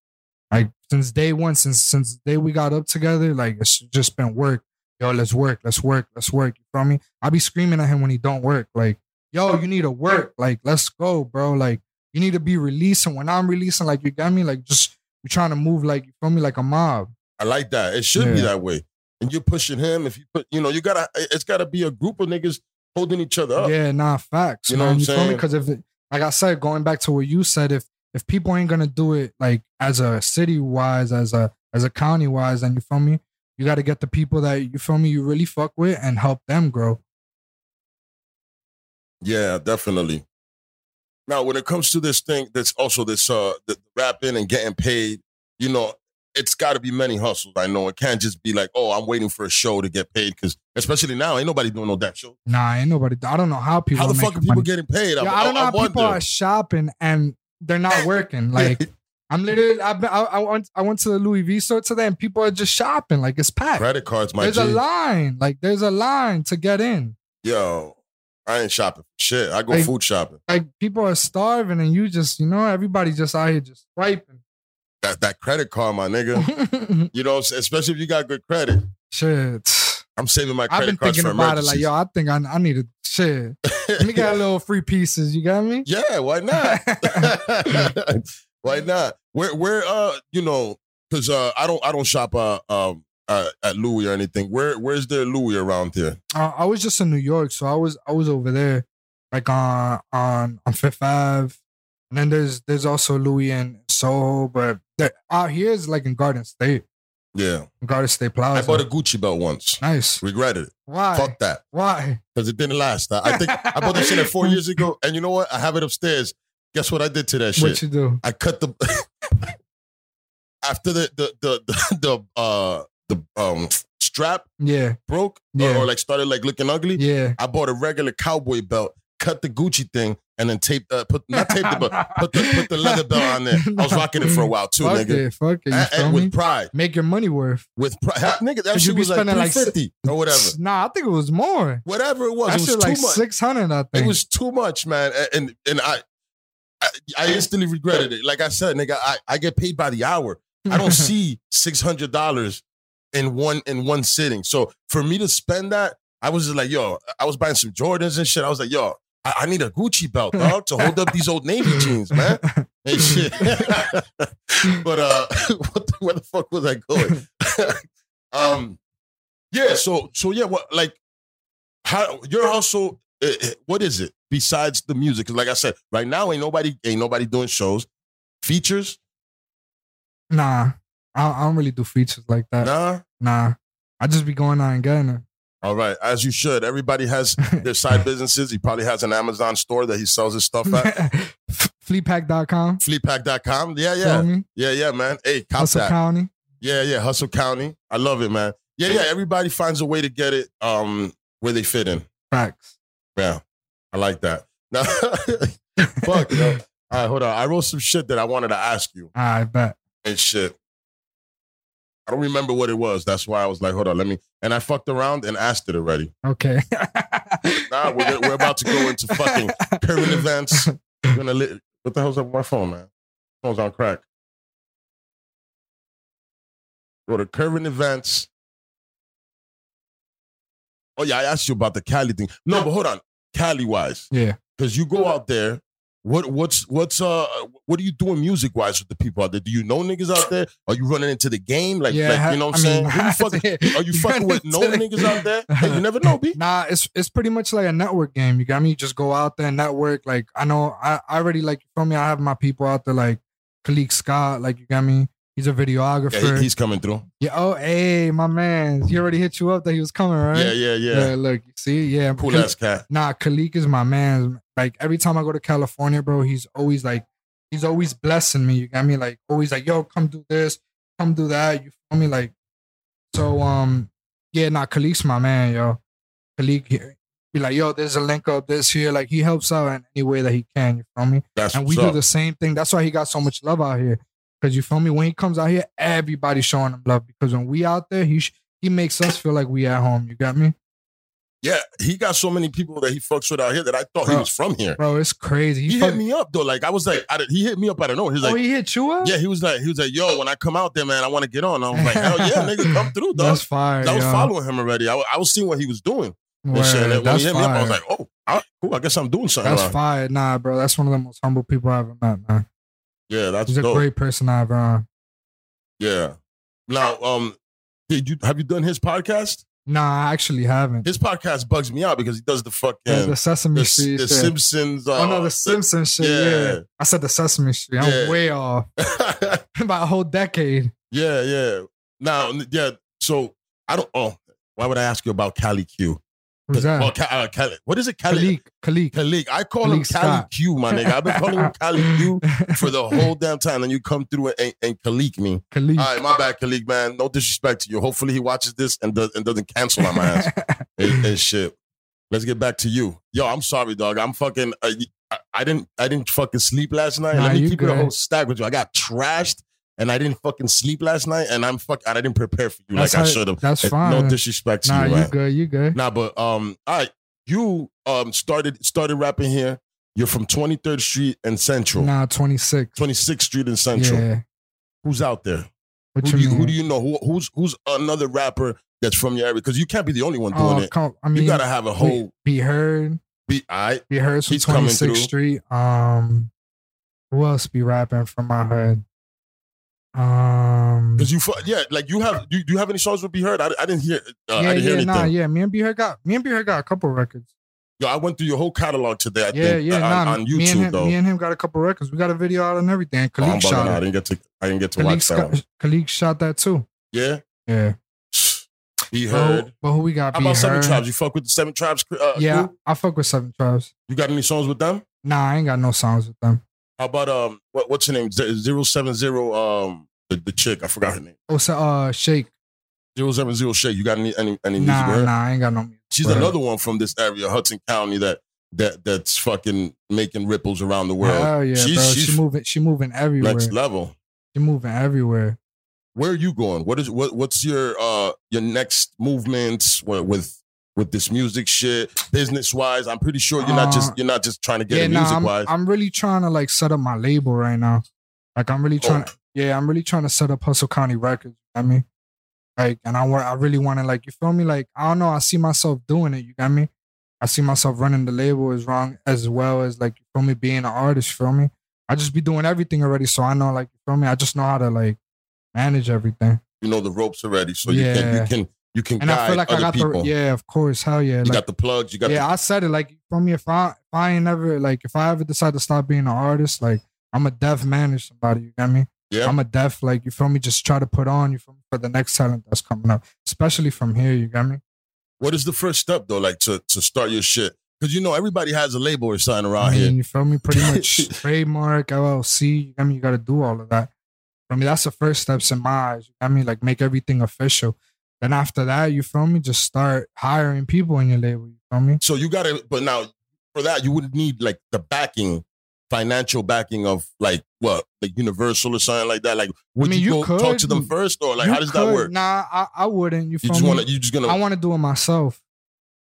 [SPEAKER 2] like since day one, since since the day we got up together, like it's just been work. Yo, let's work, let's work, let's work. You feel me? I be screaming at him when he don't work. Like yo, you need to work. Like let's go, bro. Like you need to be releasing. When I'm releasing, like you got me, like just we trying to move, like you feel me, like a mob.
[SPEAKER 1] I like that. It should be
[SPEAKER 2] Yeah.
[SPEAKER 1] that way. And you're pushing him. If you put, you know, you gotta. It's gotta be a group of niggas holding each other up.
[SPEAKER 2] Yeah, nah, facts.
[SPEAKER 1] You know
[SPEAKER 2] man.
[SPEAKER 1] what I'm
[SPEAKER 2] you feel me?
[SPEAKER 1] saying?
[SPEAKER 2] Because if, it- like I said, going back to what you said, if if people ain't gonna do it, like as a city wise, as a as a county wise, then you feel me. You got to get the people that you feel me. You really fuck with and help them grow.
[SPEAKER 1] Yeah, definitely. Now, when it comes to this thing, that's also this uh the rapping and getting paid, you know, it's got to be many hustles. I know it can't just be like, oh, I'm waiting for a show to get paid because especially now, ain't nobody doing no damn show.
[SPEAKER 2] Nah, ain't nobody. I don't know how people.
[SPEAKER 1] how the
[SPEAKER 2] making
[SPEAKER 1] fuck are people
[SPEAKER 2] money.
[SPEAKER 1] getting paid?
[SPEAKER 2] Yeah, I don't know how people
[SPEAKER 1] wonder.
[SPEAKER 2] are shopping and they're not working. Like I'm literally, I've been, I, I went, I went to the Louis V store today, and people are just shopping. Like it's packed.
[SPEAKER 1] credit cards, my
[SPEAKER 2] there's
[SPEAKER 1] G.
[SPEAKER 2] a line. Like there's a line to get in.
[SPEAKER 1] Yo, I ain't shopping for shit. I go
[SPEAKER 2] Like-
[SPEAKER 1] food shopping.
[SPEAKER 2] Like people are starving, and you just, you know, everybody just out here just swiping.
[SPEAKER 1] That that credit card, my nigga. you know, what I'm saying? especially if you got good credit.
[SPEAKER 2] shit.
[SPEAKER 1] I'm saving my
[SPEAKER 2] I've
[SPEAKER 1] credit
[SPEAKER 2] been
[SPEAKER 1] cards
[SPEAKER 2] thinking
[SPEAKER 1] for
[SPEAKER 2] about it.
[SPEAKER 1] emergencies.
[SPEAKER 2] Like yo, I think I, I need a shit. Let me get a little free pieces. You got me?
[SPEAKER 1] yeah, why not? Why not? Where where uh you know because uh I don't I don't shop uh um uh, at Louis or anything. Where where's there Louis around here?
[SPEAKER 2] uh, I was just in New York, so I was I was over there, like on on on Fifth Ave, and then there's there's also Louis in Soho, but the- out here is like in Garden State,
[SPEAKER 1] Yeah,
[SPEAKER 2] Garden State
[SPEAKER 1] I,
[SPEAKER 2] Plaza.
[SPEAKER 1] bought a Gucci belt once.
[SPEAKER 2] nice.
[SPEAKER 1] Regretted it.
[SPEAKER 2] Why?
[SPEAKER 1] Fuck that
[SPEAKER 2] Why?
[SPEAKER 1] because it didn't last. I, I think I bought that shit at four years ago, and you know what? I have it upstairs. Guess what I did to that shit?
[SPEAKER 2] What you do?
[SPEAKER 1] I cut the after the the the the, the uh the um strap
[SPEAKER 2] Yeah,
[SPEAKER 1] broke
[SPEAKER 2] Yeah.
[SPEAKER 1] or, or like started like looking ugly.
[SPEAKER 2] yeah.
[SPEAKER 1] I bought a regular cowboy belt, cut the Gucci thing, and then taped uh, put not taped it, but put the put the leather belt on there. I was rocking it for a while too,
[SPEAKER 2] fuck
[SPEAKER 1] nigga.
[SPEAKER 2] It, fuck it. You
[SPEAKER 1] And-
[SPEAKER 2] feel
[SPEAKER 1] and
[SPEAKER 2] me?
[SPEAKER 1] with pride,
[SPEAKER 2] Make your money worth.
[SPEAKER 1] with pride, That nigga. That
[SPEAKER 2] Could you
[SPEAKER 1] shit
[SPEAKER 2] be
[SPEAKER 1] was like
[SPEAKER 2] spending,
[SPEAKER 1] three
[SPEAKER 2] like,
[SPEAKER 1] fifty or whatever,
[SPEAKER 2] Nah, I think it was more.
[SPEAKER 1] whatever it was.
[SPEAKER 2] That
[SPEAKER 1] It was
[SPEAKER 2] shit
[SPEAKER 1] too
[SPEAKER 2] like
[SPEAKER 1] much.
[SPEAKER 2] six hundred. I think
[SPEAKER 1] It was too much, man. A- And and I, I, I instantly regretted it. Like I said, nigga, I, I get paid by the hour. I don't see six hundred dollars in one in one sitting. So for me to spend that, I was just like, yo, I was buying some Jordans and shit. I was like, yo, I, I need a Gucci belt, dog, to hold up these old Navy jeans, man. And shit. but uh, what the, where the fuck was I going? um, yeah. So so yeah. What like how your hustle? Uh, uh, what is it besides the music? 'Cause like I said, right now ain't nobody ain't nobody doing shows, features.
[SPEAKER 2] Nah, I, I don't really do features like that.
[SPEAKER 1] Nah.
[SPEAKER 2] Nah, I just be going out and getting it.
[SPEAKER 1] All right, as you should. Everybody has their side businesses. He probably has an Amazon store that he sells his stuff at.
[SPEAKER 2] Fleapack.com.
[SPEAKER 1] Fleetpack.com. Yeah,
[SPEAKER 2] Feel
[SPEAKER 1] yeah,
[SPEAKER 2] me?
[SPEAKER 1] yeah, yeah, man. Hey, cop
[SPEAKER 2] Hustle
[SPEAKER 1] that.
[SPEAKER 2] County.
[SPEAKER 1] Yeah, yeah, Hustle County. I love it, man. Yeah, yeah. Everybody finds a way to get it um where they fit in.
[SPEAKER 2] Facts.
[SPEAKER 1] Yeah, I like that. Now, fuck. Yo. All right, hold on. I wrote some shit that I wanted to ask you
[SPEAKER 2] I bet.
[SPEAKER 1] and shit. I don't remember what it was. That's why I was like, hold on, let me. And I fucked around and asked it already.
[SPEAKER 2] Okay.
[SPEAKER 1] Nah, we're, we're about to go into fucking current events. We're gonna li- what the hell's up with my phone, man? Phone's on crack. Go to current events. Oh yeah, I asked you about the Cali thing. No, but hold on, Cali wise,
[SPEAKER 2] Yeah.
[SPEAKER 1] because you go out there. What what's what's uh what are you doing music wise with the people out there? Do you know niggas out there? Are you running into the game like,
[SPEAKER 2] yeah,
[SPEAKER 1] like you know what I'm saying? Who you fucking- are you fucking with no niggas out there? Hey, you never know, B.
[SPEAKER 2] Nah, it's it's pretty much like a network game. You got me? You just go out there and network. Like I know I, I already like you feel me, I have my people out there like Khalik Scott, like you got me? He's a
[SPEAKER 1] Yeah,
[SPEAKER 2] videographer.
[SPEAKER 1] he-
[SPEAKER 2] Yeah,
[SPEAKER 1] he's coming through.
[SPEAKER 2] oh hey, my man. He already hit you up that he was coming, right?
[SPEAKER 1] Yeah, yeah, yeah.
[SPEAKER 2] look, you see, yeah.
[SPEAKER 1] Cool
[SPEAKER 2] Khal-
[SPEAKER 1] ass cat.
[SPEAKER 2] Nah, Khalik is my man. Like every time I go to California, bro, he's always like, he's always blessing me. You got me? Like always like, yo, come do this, come do that. You feel me? Like, so um, yeah, nah, Khalik's my man, yo. Khalik here. Be like, yo, there's a link up this here. Like he helps out in any way that he can, you feel me?
[SPEAKER 1] That's
[SPEAKER 2] And we
[SPEAKER 1] what's
[SPEAKER 2] do
[SPEAKER 1] up.
[SPEAKER 2] the same thing. That's why he got so much love out here. Cause you feel me? When he comes out here, everybody's showing him love. Because when we out there, he sh- he makes us feel like we at home. You got me?
[SPEAKER 1] Yeah, he got so many people that he fucks with out here that I thought he
[SPEAKER 2] Bro.
[SPEAKER 1] was from here.
[SPEAKER 2] Bro, it's crazy.
[SPEAKER 1] He, hit
[SPEAKER 2] fuck-
[SPEAKER 1] me up though. Like I was like, I, did- he hit me up out of nowhere. He's
[SPEAKER 2] oh,
[SPEAKER 1] like,
[SPEAKER 2] he hit you up?
[SPEAKER 1] yeah, he was like, he was like, yo, when I come out there, man, I want to get on. I was like, hell yeah, nigga, come through, dog.
[SPEAKER 2] That's fire.
[SPEAKER 1] I was
[SPEAKER 2] yo.
[SPEAKER 1] following him already. I, wa- I was seeing what he was doing. And
[SPEAKER 2] Word,
[SPEAKER 1] shit. And when
[SPEAKER 2] That's
[SPEAKER 1] he hit me up, I
[SPEAKER 2] fire.
[SPEAKER 1] was like, oh, I, cool. I guess I'm doing something.
[SPEAKER 2] that's
[SPEAKER 1] around.
[SPEAKER 2] fire. Nah, bro. That's one of the most humble people I ever met, man.
[SPEAKER 1] Yeah, that's
[SPEAKER 2] He's a
[SPEAKER 1] dope.
[SPEAKER 2] great person I ever uh, met.
[SPEAKER 1] yeah. Now, um, did you have you done his podcast?
[SPEAKER 2] Nah, I actually haven't.
[SPEAKER 1] His podcast bugs me out because he does the fucking
[SPEAKER 2] The, the
[SPEAKER 1] the,
[SPEAKER 2] Sesame Street.
[SPEAKER 1] the
[SPEAKER 2] shit.
[SPEAKER 1] Simpsons. Uh,
[SPEAKER 2] oh, no, the Simpsons shit. Yeah.
[SPEAKER 1] yeah.
[SPEAKER 2] I said the Sesame Street. I'm
[SPEAKER 1] Yeah.
[SPEAKER 2] way off.
[SPEAKER 1] uh,
[SPEAKER 2] About a whole decade.
[SPEAKER 1] Yeah, yeah. Now, n- yeah. So I don't. Oh, why would I ask you about Cali Q?
[SPEAKER 2] Who's
[SPEAKER 1] Well,
[SPEAKER 2] that?
[SPEAKER 1] Ca- uh, Cali. What is it, Cali?
[SPEAKER 2] Khalik. Khalik.
[SPEAKER 1] Cali. I call him
[SPEAKER 2] Khalik
[SPEAKER 1] Cali
[SPEAKER 2] Scott.
[SPEAKER 1] Q, my nigga. I've been calling him Cali Q for the whole damn time, and you come through and, and Khalik me.
[SPEAKER 2] Khalik.
[SPEAKER 1] All right, my bad, Khalik, man. No disrespect to you. Hopefully, he watches this and does and doesn't cancel on my ass and, and shit. Let's get back to you, yo. I'm sorry, dog. I'm fucking. Uh, y- I, I didn't. I didn't fucking sleep last night.
[SPEAKER 2] Nah,
[SPEAKER 1] Let me
[SPEAKER 2] you
[SPEAKER 1] keep it a
[SPEAKER 2] good.
[SPEAKER 1] whole stack with you. I got trashed, and I didn't fucking sleep last night, and I'm fuck. and I didn't prepare for you
[SPEAKER 2] That's
[SPEAKER 1] like I
[SPEAKER 2] how-
[SPEAKER 1] should have.
[SPEAKER 2] That's
[SPEAKER 1] No
[SPEAKER 2] fine.
[SPEAKER 1] disrespect to
[SPEAKER 2] nah,
[SPEAKER 1] you,
[SPEAKER 2] you
[SPEAKER 1] man.
[SPEAKER 2] good. You good.
[SPEAKER 1] Nah, but um, all right. You um started started rapping here. You're from 23rd Street and Central,
[SPEAKER 2] Nah, 26.
[SPEAKER 1] 26th Street and Central.
[SPEAKER 2] Yeah.
[SPEAKER 1] Who's out there?
[SPEAKER 2] What
[SPEAKER 1] Who do, you, who
[SPEAKER 2] mean?
[SPEAKER 1] do you know? Who, who's who's another rapper that's from your area? Because you can't be the only one doing
[SPEAKER 2] Oh,
[SPEAKER 1] it.
[SPEAKER 2] come, I mean,
[SPEAKER 1] you gotta have a whole
[SPEAKER 2] be heard.
[SPEAKER 1] beat. I
[SPEAKER 2] Be heard from
[SPEAKER 1] He's coming
[SPEAKER 2] Twenty
[SPEAKER 1] through.
[SPEAKER 2] Sixth Street. Um, who else be rapping from my hood? Um,
[SPEAKER 1] because you fu- yeah like you have do, do you have any songs with Be Heard? I, I didn't hear uh,
[SPEAKER 2] yeah,
[SPEAKER 1] I didn't hear
[SPEAKER 2] yeah,
[SPEAKER 1] anything.
[SPEAKER 2] nah, yeah. Me and B Heard got me and B Heard got a couple records.
[SPEAKER 1] Yo, I went through your whole catalog today. I
[SPEAKER 2] yeah,
[SPEAKER 1] think,
[SPEAKER 2] yeah,
[SPEAKER 1] uh, on,
[SPEAKER 2] nah.
[SPEAKER 1] on
[SPEAKER 2] me and
[SPEAKER 1] YouTube
[SPEAKER 2] him,
[SPEAKER 1] though.
[SPEAKER 2] me and him got a couple records. We got a video out and everything.
[SPEAKER 1] Oh, I'm
[SPEAKER 2] Khalik
[SPEAKER 1] bugging out. I
[SPEAKER 2] shot it.
[SPEAKER 1] didn't get to I didn't get to
[SPEAKER 2] Khalik,
[SPEAKER 1] watch that. One.
[SPEAKER 2] Scott- Khalik shot that too.
[SPEAKER 1] Yeah,
[SPEAKER 2] Yeah.
[SPEAKER 1] Be
[SPEAKER 2] But who-
[SPEAKER 1] Heard.
[SPEAKER 2] But, who we got?
[SPEAKER 1] How
[SPEAKER 2] Be
[SPEAKER 1] about Seven
[SPEAKER 2] Heard.
[SPEAKER 1] Tribes? You fuck with the Seven Tribes? Uh,
[SPEAKER 2] yeah,
[SPEAKER 1] crew?
[SPEAKER 2] I fuck with Seven Tribes.
[SPEAKER 1] you got any songs with them?
[SPEAKER 2] Nah, I ain't got no songs with them.
[SPEAKER 1] How about um what, what's her name? Zero seven zero um the, the chick I forgot her name.
[SPEAKER 2] Oh, so, uh, Shake.
[SPEAKER 1] Zero seven zero Shay. You got any any any music with
[SPEAKER 2] Nah,
[SPEAKER 1] her?
[SPEAKER 2] nah, I ain't got no. music.
[SPEAKER 1] She's
[SPEAKER 2] Right.
[SPEAKER 1] another one from this area, Hudson County, that that that's fucking making ripples around the world.
[SPEAKER 2] Hell yeah,
[SPEAKER 1] she's
[SPEAKER 2] bro.
[SPEAKER 1] she's
[SPEAKER 2] she moving. She moving everywhere.
[SPEAKER 1] next level.
[SPEAKER 2] She moving everywhere.
[SPEAKER 1] Where are you going? What is what what's your uh your next movements wi- with with this music shit, business wise? I'm pretty sure you're not just
[SPEAKER 2] Uh,
[SPEAKER 1] you're not just trying to get it
[SPEAKER 2] nah,
[SPEAKER 1] music
[SPEAKER 2] I'm,
[SPEAKER 1] wise.
[SPEAKER 2] I'm really trying to like set up my label right now. Like I'm really trying.
[SPEAKER 1] Oh.
[SPEAKER 2] Yeah, I'm really trying to set up Hustle County Records. You know what I mean, like, and I want. I really want to like. You feel me? Like I don't know. I see myself doing it. You got me. I see myself running the label as wrong as well as like you feel me being an artist. You feel me? I just be doing everything already, so I know like you feel me. I just know how to like manage everything,
[SPEAKER 1] you know the ropes already, so you
[SPEAKER 2] Yeah.
[SPEAKER 1] can you can you can
[SPEAKER 2] and
[SPEAKER 1] guide
[SPEAKER 2] I feel like
[SPEAKER 1] other
[SPEAKER 2] I got
[SPEAKER 1] people.
[SPEAKER 2] the yeah, of course, hell yeah.
[SPEAKER 1] you
[SPEAKER 2] like,
[SPEAKER 1] got the plugs. You got
[SPEAKER 2] yeah, I said it like for me. If I if I ain't ever like if I ever decide to stop being an artist, like I'm a deaf manage somebody. You got me?
[SPEAKER 1] the, yeah.
[SPEAKER 2] I'm a deaf like you feel me. Just try to put on you feel me, for the next talent that's coming up, especially from here. You got me?
[SPEAKER 1] What is the first step though, like to to start your shit? Because you know everybody has a label or something
[SPEAKER 2] I
[SPEAKER 1] around
[SPEAKER 2] mean,
[SPEAKER 1] here.
[SPEAKER 2] you feel me? Pretty much trademark LLC. You got me? You got to do all of that. I mean, that's the first steps in my eyes. You got me? Like make everything official. Then after that, you feel me? Just start hiring people in your label. You feel me?
[SPEAKER 1] So you got to, but now for that you would need like the backing, financial backing of like what, like Universal or something like that. Like, would
[SPEAKER 2] mean,
[SPEAKER 1] you,
[SPEAKER 2] you
[SPEAKER 1] go talk
[SPEAKER 2] could-
[SPEAKER 1] to them first, or like
[SPEAKER 2] You
[SPEAKER 1] how does that
[SPEAKER 2] could-
[SPEAKER 1] work?
[SPEAKER 2] Nah, I, I wouldn't. You
[SPEAKER 1] you
[SPEAKER 2] feel
[SPEAKER 1] just
[SPEAKER 2] me?
[SPEAKER 1] want to, you just gonna,
[SPEAKER 2] I want to do it myself.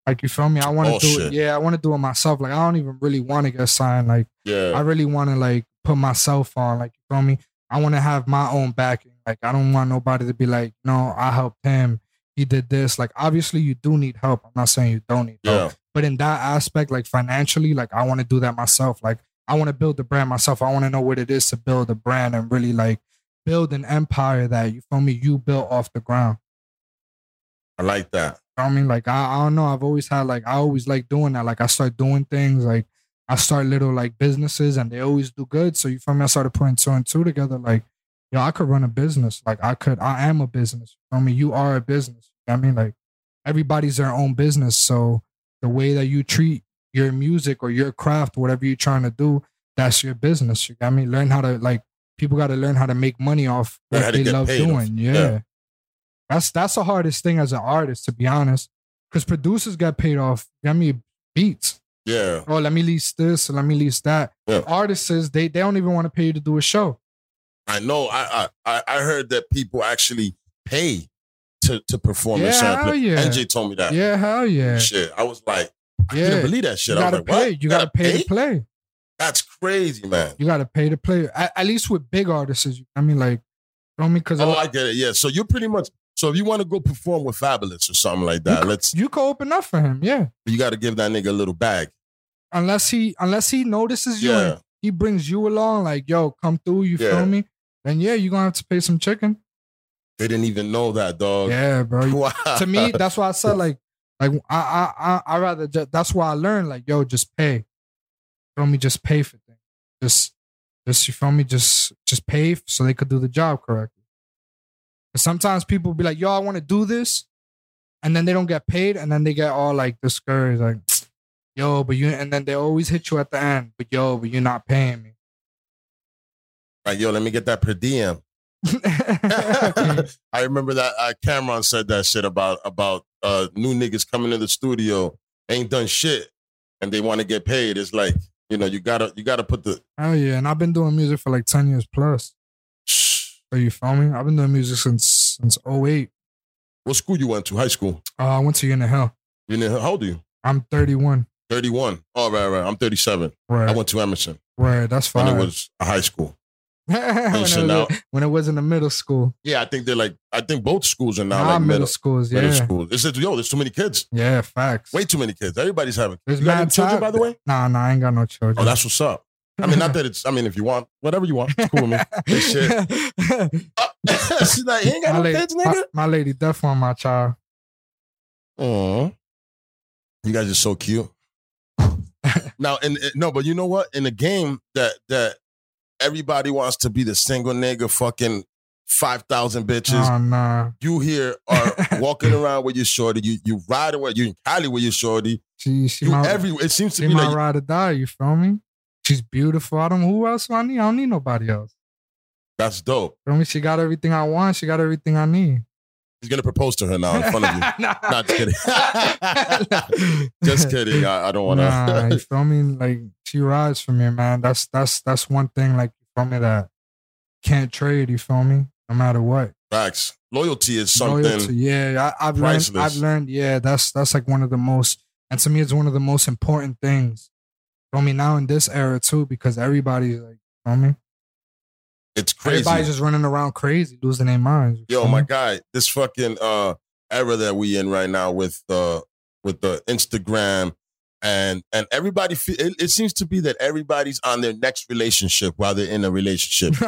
[SPEAKER 2] Like you feel me? I want to
[SPEAKER 1] Oh,
[SPEAKER 2] do
[SPEAKER 1] shit.
[SPEAKER 2] it. Yeah, I want to do it myself. Like I don't even really want to get signed. Like I
[SPEAKER 1] yeah,
[SPEAKER 2] really want to like put myself on. Like you feel me? I want to have my own backing. Like I don't want nobody to be like, no, I helped him. he did this. Like obviously you do need help. I'm not saying you don't need help.
[SPEAKER 1] Yeah.
[SPEAKER 2] But in that aspect, like financially, like I want to do that myself. Like I want to build the brand myself. I want to know what it is to build a brand and really like build an empire that you feel me, you built off the ground.
[SPEAKER 1] I like that.
[SPEAKER 2] You know what I mean, like I, I don't know. I've always had like I always like doing that. Like I start doing things like I start little like businesses and they always do good. So you feel me? I started putting two and two together. Like yo, I could run a business. Like I could. I am a business. You feel me? You are a business. You know what I mean, like everybody's their own business. So the way that you treat your music or your craft, whatever you're trying to do, that's your business. You got me. Learn how to like people got to learn how to make money off
[SPEAKER 1] Learn how
[SPEAKER 2] what
[SPEAKER 1] to
[SPEAKER 2] they
[SPEAKER 1] get
[SPEAKER 2] love
[SPEAKER 1] paid off-
[SPEAKER 2] doing. Yeah.
[SPEAKER 1] yeah.
[SPEAKER 2] that's that's the hardest thing as an artist, to be honest, because producers got paid off. You got me beats.
[SPEAKER 1] Yeah.
[SPEAKER 2] Oh, let me lease this. Let me lease that.
[SPEAKER 1] Yeah.
[SPEAKER 2] Artists is they they don't even want to pay you to do a show.
[SPEAKER 1] I know. I I I I heard that people actually pay to to perform
[SPEAKER 2] Yeah,
[SPEAKER 1] in certain
[SPEAKER 2] hell
[SPEAKER 1] pla-
[SPEAKER 2] yeah.
[SPEAKER 1] NJ told me that.
[SPEAKER 2] Yeah, hell yeah.
[SPEAKER 1] Shit. I was like, I
[SPEAKER 2] Yeah.
[SPEAKER 1] couldn't believe that shit.
[SPEAKER 2] you
[SPEAKER 1] I was
[SPEAKER 2] gotta
[SPEAKER 1] like,
[SPEAKER 2] pay.
[SPEAKER 1] what?
[SPEAKER 2] You gotta pay, to play.
[SPEAKER 1] That's crazy, man.
[SPEAKER 2] You gotta pay to play. At, at least with big artists, I mean, like, you know what I mean? Because
[SPEAKER 1] Oh, I get it. Yeah. So you're pretty much. So if you want to go perform with Fabulous or something like that, let's.
[SPEAKER 2] you could open up for him, yeah.
[SPEAKER 1] You got to give that nigga a little bag.
[SPEAKER 2] Unless he unless he notices you and
[SPEAKER 1] Yeah.
[SPEAKER 2] he brings you along, like, yo, come through. You
[SPEAKER 1] Yeah.
[SPEAKER 2] feel me? Then yeah, you're gonna have to pay some chicken.
[SPEAKER 1] They didn't even know that, dog.
[SPEAKER 2] Yeah, bro. You-
[SPEAKER 1] Wow.
[SPEAKER 2] to me, that's why I said like, like I I I I rather just, that's why I learned like, yo, just pay. Feel me? Just pay for things. Just, just you feel me? Just just pay f- so they could do the job correctly. 'Cause sometimes people be like, yo, I want to do this, and then they don't get paid, and then they get all like discouraged, like, yo, but you, and then they always hit you at the end, but yo, but you're not paying me.
[SPEAKER 1] like, yo, let me get that per diem. I remember that uh, Cameron said that shit about about uh, new niggas coming to the studio ain't done shit and they want to get paid. It's like you know you gotta you gotta put the
[SPEAKER 2] Hell yeah, and I've been doing music for like ten years plus. So you feel me? I've been doing music since since 08.
[SPEAKER 1] what school you went to high school.
[SPEAKER 2] Uh, I went to Unit Hill.
[SPEAKER 1] You know how old are you?
[SPEAKER 2] I'm 31.
[SPEAKER 1] Thirty one. Oh right right. I'm thirty seven.
[SPEAKER 2] Right,
[SPEAKER 1] I went to Emerson
[SPEAKER 2] right. That's
[SPEAKER 1] when
[SPEAKER 2] fine.
[SPEAKER 1] it was a high school.
[SPEAKER 2] when, it was
[SPEAKER 1] so now-
[SPEAKER 2] when it was in the middle school,
[SPEAKER 1] Yeah, I think they're like I think both schools are now
[SPEAKER 2] nah,
[SPEAKER 1] like
[SPEAKER 2] middle,
[SPEAKER 1] middle
[SPEAKER 2] schools. Yeah,
[SPEAKER 1] middle school. It's just, yo, there's too many kids.
[SPEAKER 2] yeah. Facts.
[SPEAKER 1] Way too many kids. Everybody's having.
[SPEAKER 2] There's
[SPEAKER 1] you got
[SPEAKER 2] mad
[SPEAKER 1] any children,
[SPEAKER 2] time-
[SPEAKER 1] by the way?
[SPEAKER 2] Nah, nah. I ain't got no children.
[SPEAKER 1] Oh, that's what's up. I mean, not that it's. I mean, if you want, whatever you want, it's cool with me. She's like, you ain't
[SPEAKER 2] my,
[SPEAKER 1] got no
[SPEAKER 2] lady,
[SPEAKER 1] kids,
[SPEAKER 2] my,
[SPEAKER 1] nigga.
[SPEAKER 2] my lady deaf on my child.
[SPEAKER 1] Aw. You guys are so cute. now, and no, but you know what? In a game that that everybody wants to be the single nigga, fucking five thousand bitches.
[SPEAKER 2] Nah, nah.
[SPEAKER 1] You here are walking around with your shorty. You you ride away. You in Cali with your shorty.
[SPEAKER 2] She, she
[SPEAKER 1] You
[SPEAKER 2] my,
[SPEAKER 1] every. It seems to
[SPEAKER 2] she
[SPEAKER 1] be
[SPEAKER 2] my
[SPEAKER 1] like
[SPEAKER 2] ride or die. You feel me? She's beautiful. I don't. Who else do I need? I don't need nobody else.
[SPEAKER 1] that's dope.
[SPEAKER 2] Feel me? She got everything I want. She got everything I need.
[SPEAKER 1] He's gonna propose to her now Oh, in front of you.
[SPEAKER 2] Nah.
[SPEAKER 1] Not kidding. Just kidding. I, I don't want to.
[SPEAKER 2] Nah, you feel me? Like she rides for me, man. That's that's that's one thing. Like you feel me that can't trade. You feel me? No matter what,
[SPEAKER 1] Facts. Loyalty is something.
[SPEAKER 2] Loyalty, Yeah, I, I've learned.
[SPEAKER 1] priceless.
[SPEAKER 2] I've learned. Yeah, that's that's like one of the most, and to me, it's one of the most important things. Feel me now in this era too, because everybody's like, feel me?
[SPEAKER 1] It's crazy.
[SPEAKER 2] Everybody's just running around crazy, losing their minds. you
[SPEAKER 1] Yo,
[SPEAKER 2] feel
[SPEAKER 1] my
[SPEAKER 2] me?
[SPEAKER 1] guy, this fucking uh era that we in right now with uh with the Instagram and and everybody fe- it, it seems to be that everybody's on their next relationship while they're in a relationship.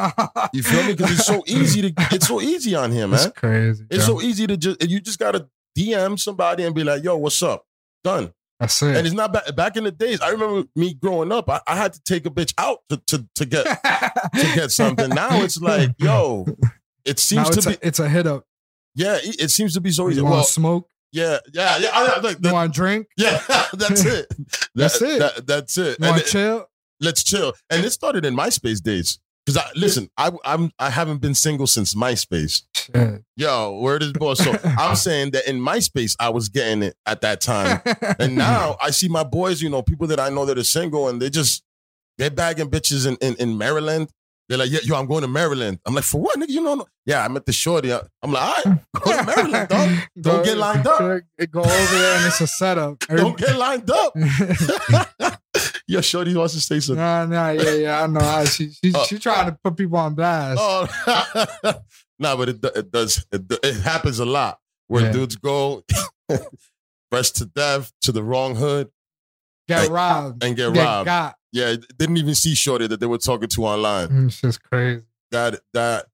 [SPEAKER 1] You feel me? Because it's so easy to it's so easy on here,
[SPEAKER 2] It's
[SPEAKER 1] man.
[SPEAKER 2] crazy.
[SPEAKER 1] It's
[SPEAKER 2] bro.
[SPEAKER 1] so e easy to just you just gotta DM somebody and be like, yo, what's up? Done.
[SPEAKER 2] that's
[SPEAKER 1] And
[SPEAKER 2] it.
[SPEAKER 1] it's not back back in the days. I remember me growing up, I, I had to take a bitch out to to, to get to get something. Now it's like, yo, it
[SPEAKER 2] Hmm. Now
[SPEAKER 1] seems
[SPEAKER 2] it's,
[SPEAKER 1] to
[SPEAKER 2] a,
[SPEAKER 1] be,
[SPEAKER 2] it's a hit up.
[SPEAKER 1] yeah, e, it, it seems to be so easy.
[SPEAKER 2] You want
[SPEAKER 1] Well,
[SPEAKER 2] to Oh, smoke?
[SPEAKER 1] yeah, yeah, yeah, I, I- like,
[SPEAKER 2] You
[SPEAKER 1] that-
[SPEAKER 2] want to drink?
[SPEAKER 1] yeah, that's it. That-
[SPEAKER 2] That's it.
[SPEAKER 1] that- that's it.
[SPEAKER 2] You
[SPEAKER 1] And
[SPEAKER 2] want
[SPEAKER 1] it-
[SPEAKER 2] to chill?
[SPEAKER 1] let's chill. And it started in MySpace days. Cause I listen, I I'm I haven't been single since MySpace.
[SPEAKER 2] Shit.
[SPEAKER 1] Yo, where does boy? So I'm saying that in MySpace I was getting it at that time, and now I see my boys. You know, people that I know that are single, and they just they're bagging bitches in in, in Maryland. They're like, yeah, yo, I'm going to Maryland. I'm like, for what, nigga? You know, yeah, I'm at the shorty. I'm like, all right, go to Maryland, dog. Don't get lined up.
[SPEAKER 2] It go over there and it's a setup.
[SPEAKER 1] Don't get lined up.
[SPEAKER 2] nah,
[SPEAKER 1] Yo, Shorty wants to say something.
[SPEAKER 2] nah, yeah, yeah. I know. I, she, she,
[SPEAKER 1] Oh.
[SPEAKER 2] she trying to
[SPEAKER 1] uh,
[SPEAKER 2] put people on blast.
[SPEAKER 1] Oh, nah, but it, do- it does. It, do- it happens a lot. where
[SPEAKER 2] Yeah.
[SPEAKER 1] dudes go fresh to death to the wrong hood
[SPEAKER 2] Get
[SPEAKER 1] Like,
[SPEAKER 2] robbed.
[SPEAKER 1] and get
[SPEAKER 2] Get
[SPEAKER 1] robbed.
[SPEAKER 2] got. Mm,
[SPEAKER 1] Yeah, didn't even see Shorty that they were talking to online.
[SPEAKER 2] It's just crazy.
[SPEAKER 1] That that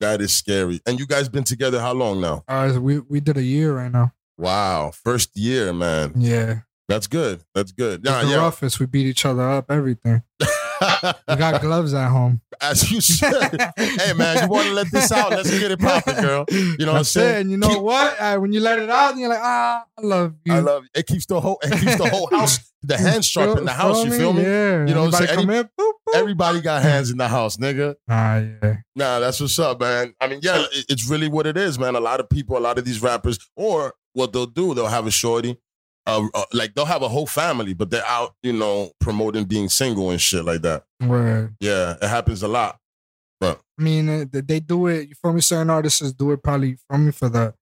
[SPEAKER 1] that is scary. And you guys been together how long now?
[SPEAKER 2] All right, so we we did a year right now.
[SPEAKER 1] Wow, first year, man.
[SPEAKER 2] Yeah,
[SPEAKER 1] That's good. That's good.
[SPEAKER 2] It's the
[SPEAKER 1] Yeah,
[SPEAKER 2] roughest. We beat each other up. Everything. We
[SPEAKER 1] yeah.
[SPEAKER 2] got gloves at home.
[SPEAKER 1] As you should. hey man, you want to let this out? Let's get it popping, girl. You know what I'm saying?
[SPEAKER 2] And you know what? Uh, when you let it out, you're like, ah, I love you.
[SPEAKER 1] I love it. keeps the whole it keeps the whole house the hands sharp in the house. You feel me?
[SPEAKER 2] Yeah.
[SPEAKER 1] You know what I'm
[SPEAKER 2] Anybody
[SPEAKER 1] saying?
[SPEAKER 2] Come in, boop, boop.
[SPEAKER 1] Everybody got hands in the house, nigga.
[SPEAKER 2] Nah, yeah.
[SPEAKER 1] Nah, that's what's up, man. I mean, yeah, it- it's really what it is, man. A lot of people, a lot of these rappers, or what they'll do, they'll have a shorty, uh, uh, like they'll have a whole family, but they're out, you know, promoting being single and shit like that.
[SPEAKER 2] Word.
[SPEAKER 1] Yeah, it happens a lot.
[SPEAKER 2] I mean, uh, th- they do it. You feel me? Certain artists do it probably. You feel me for the,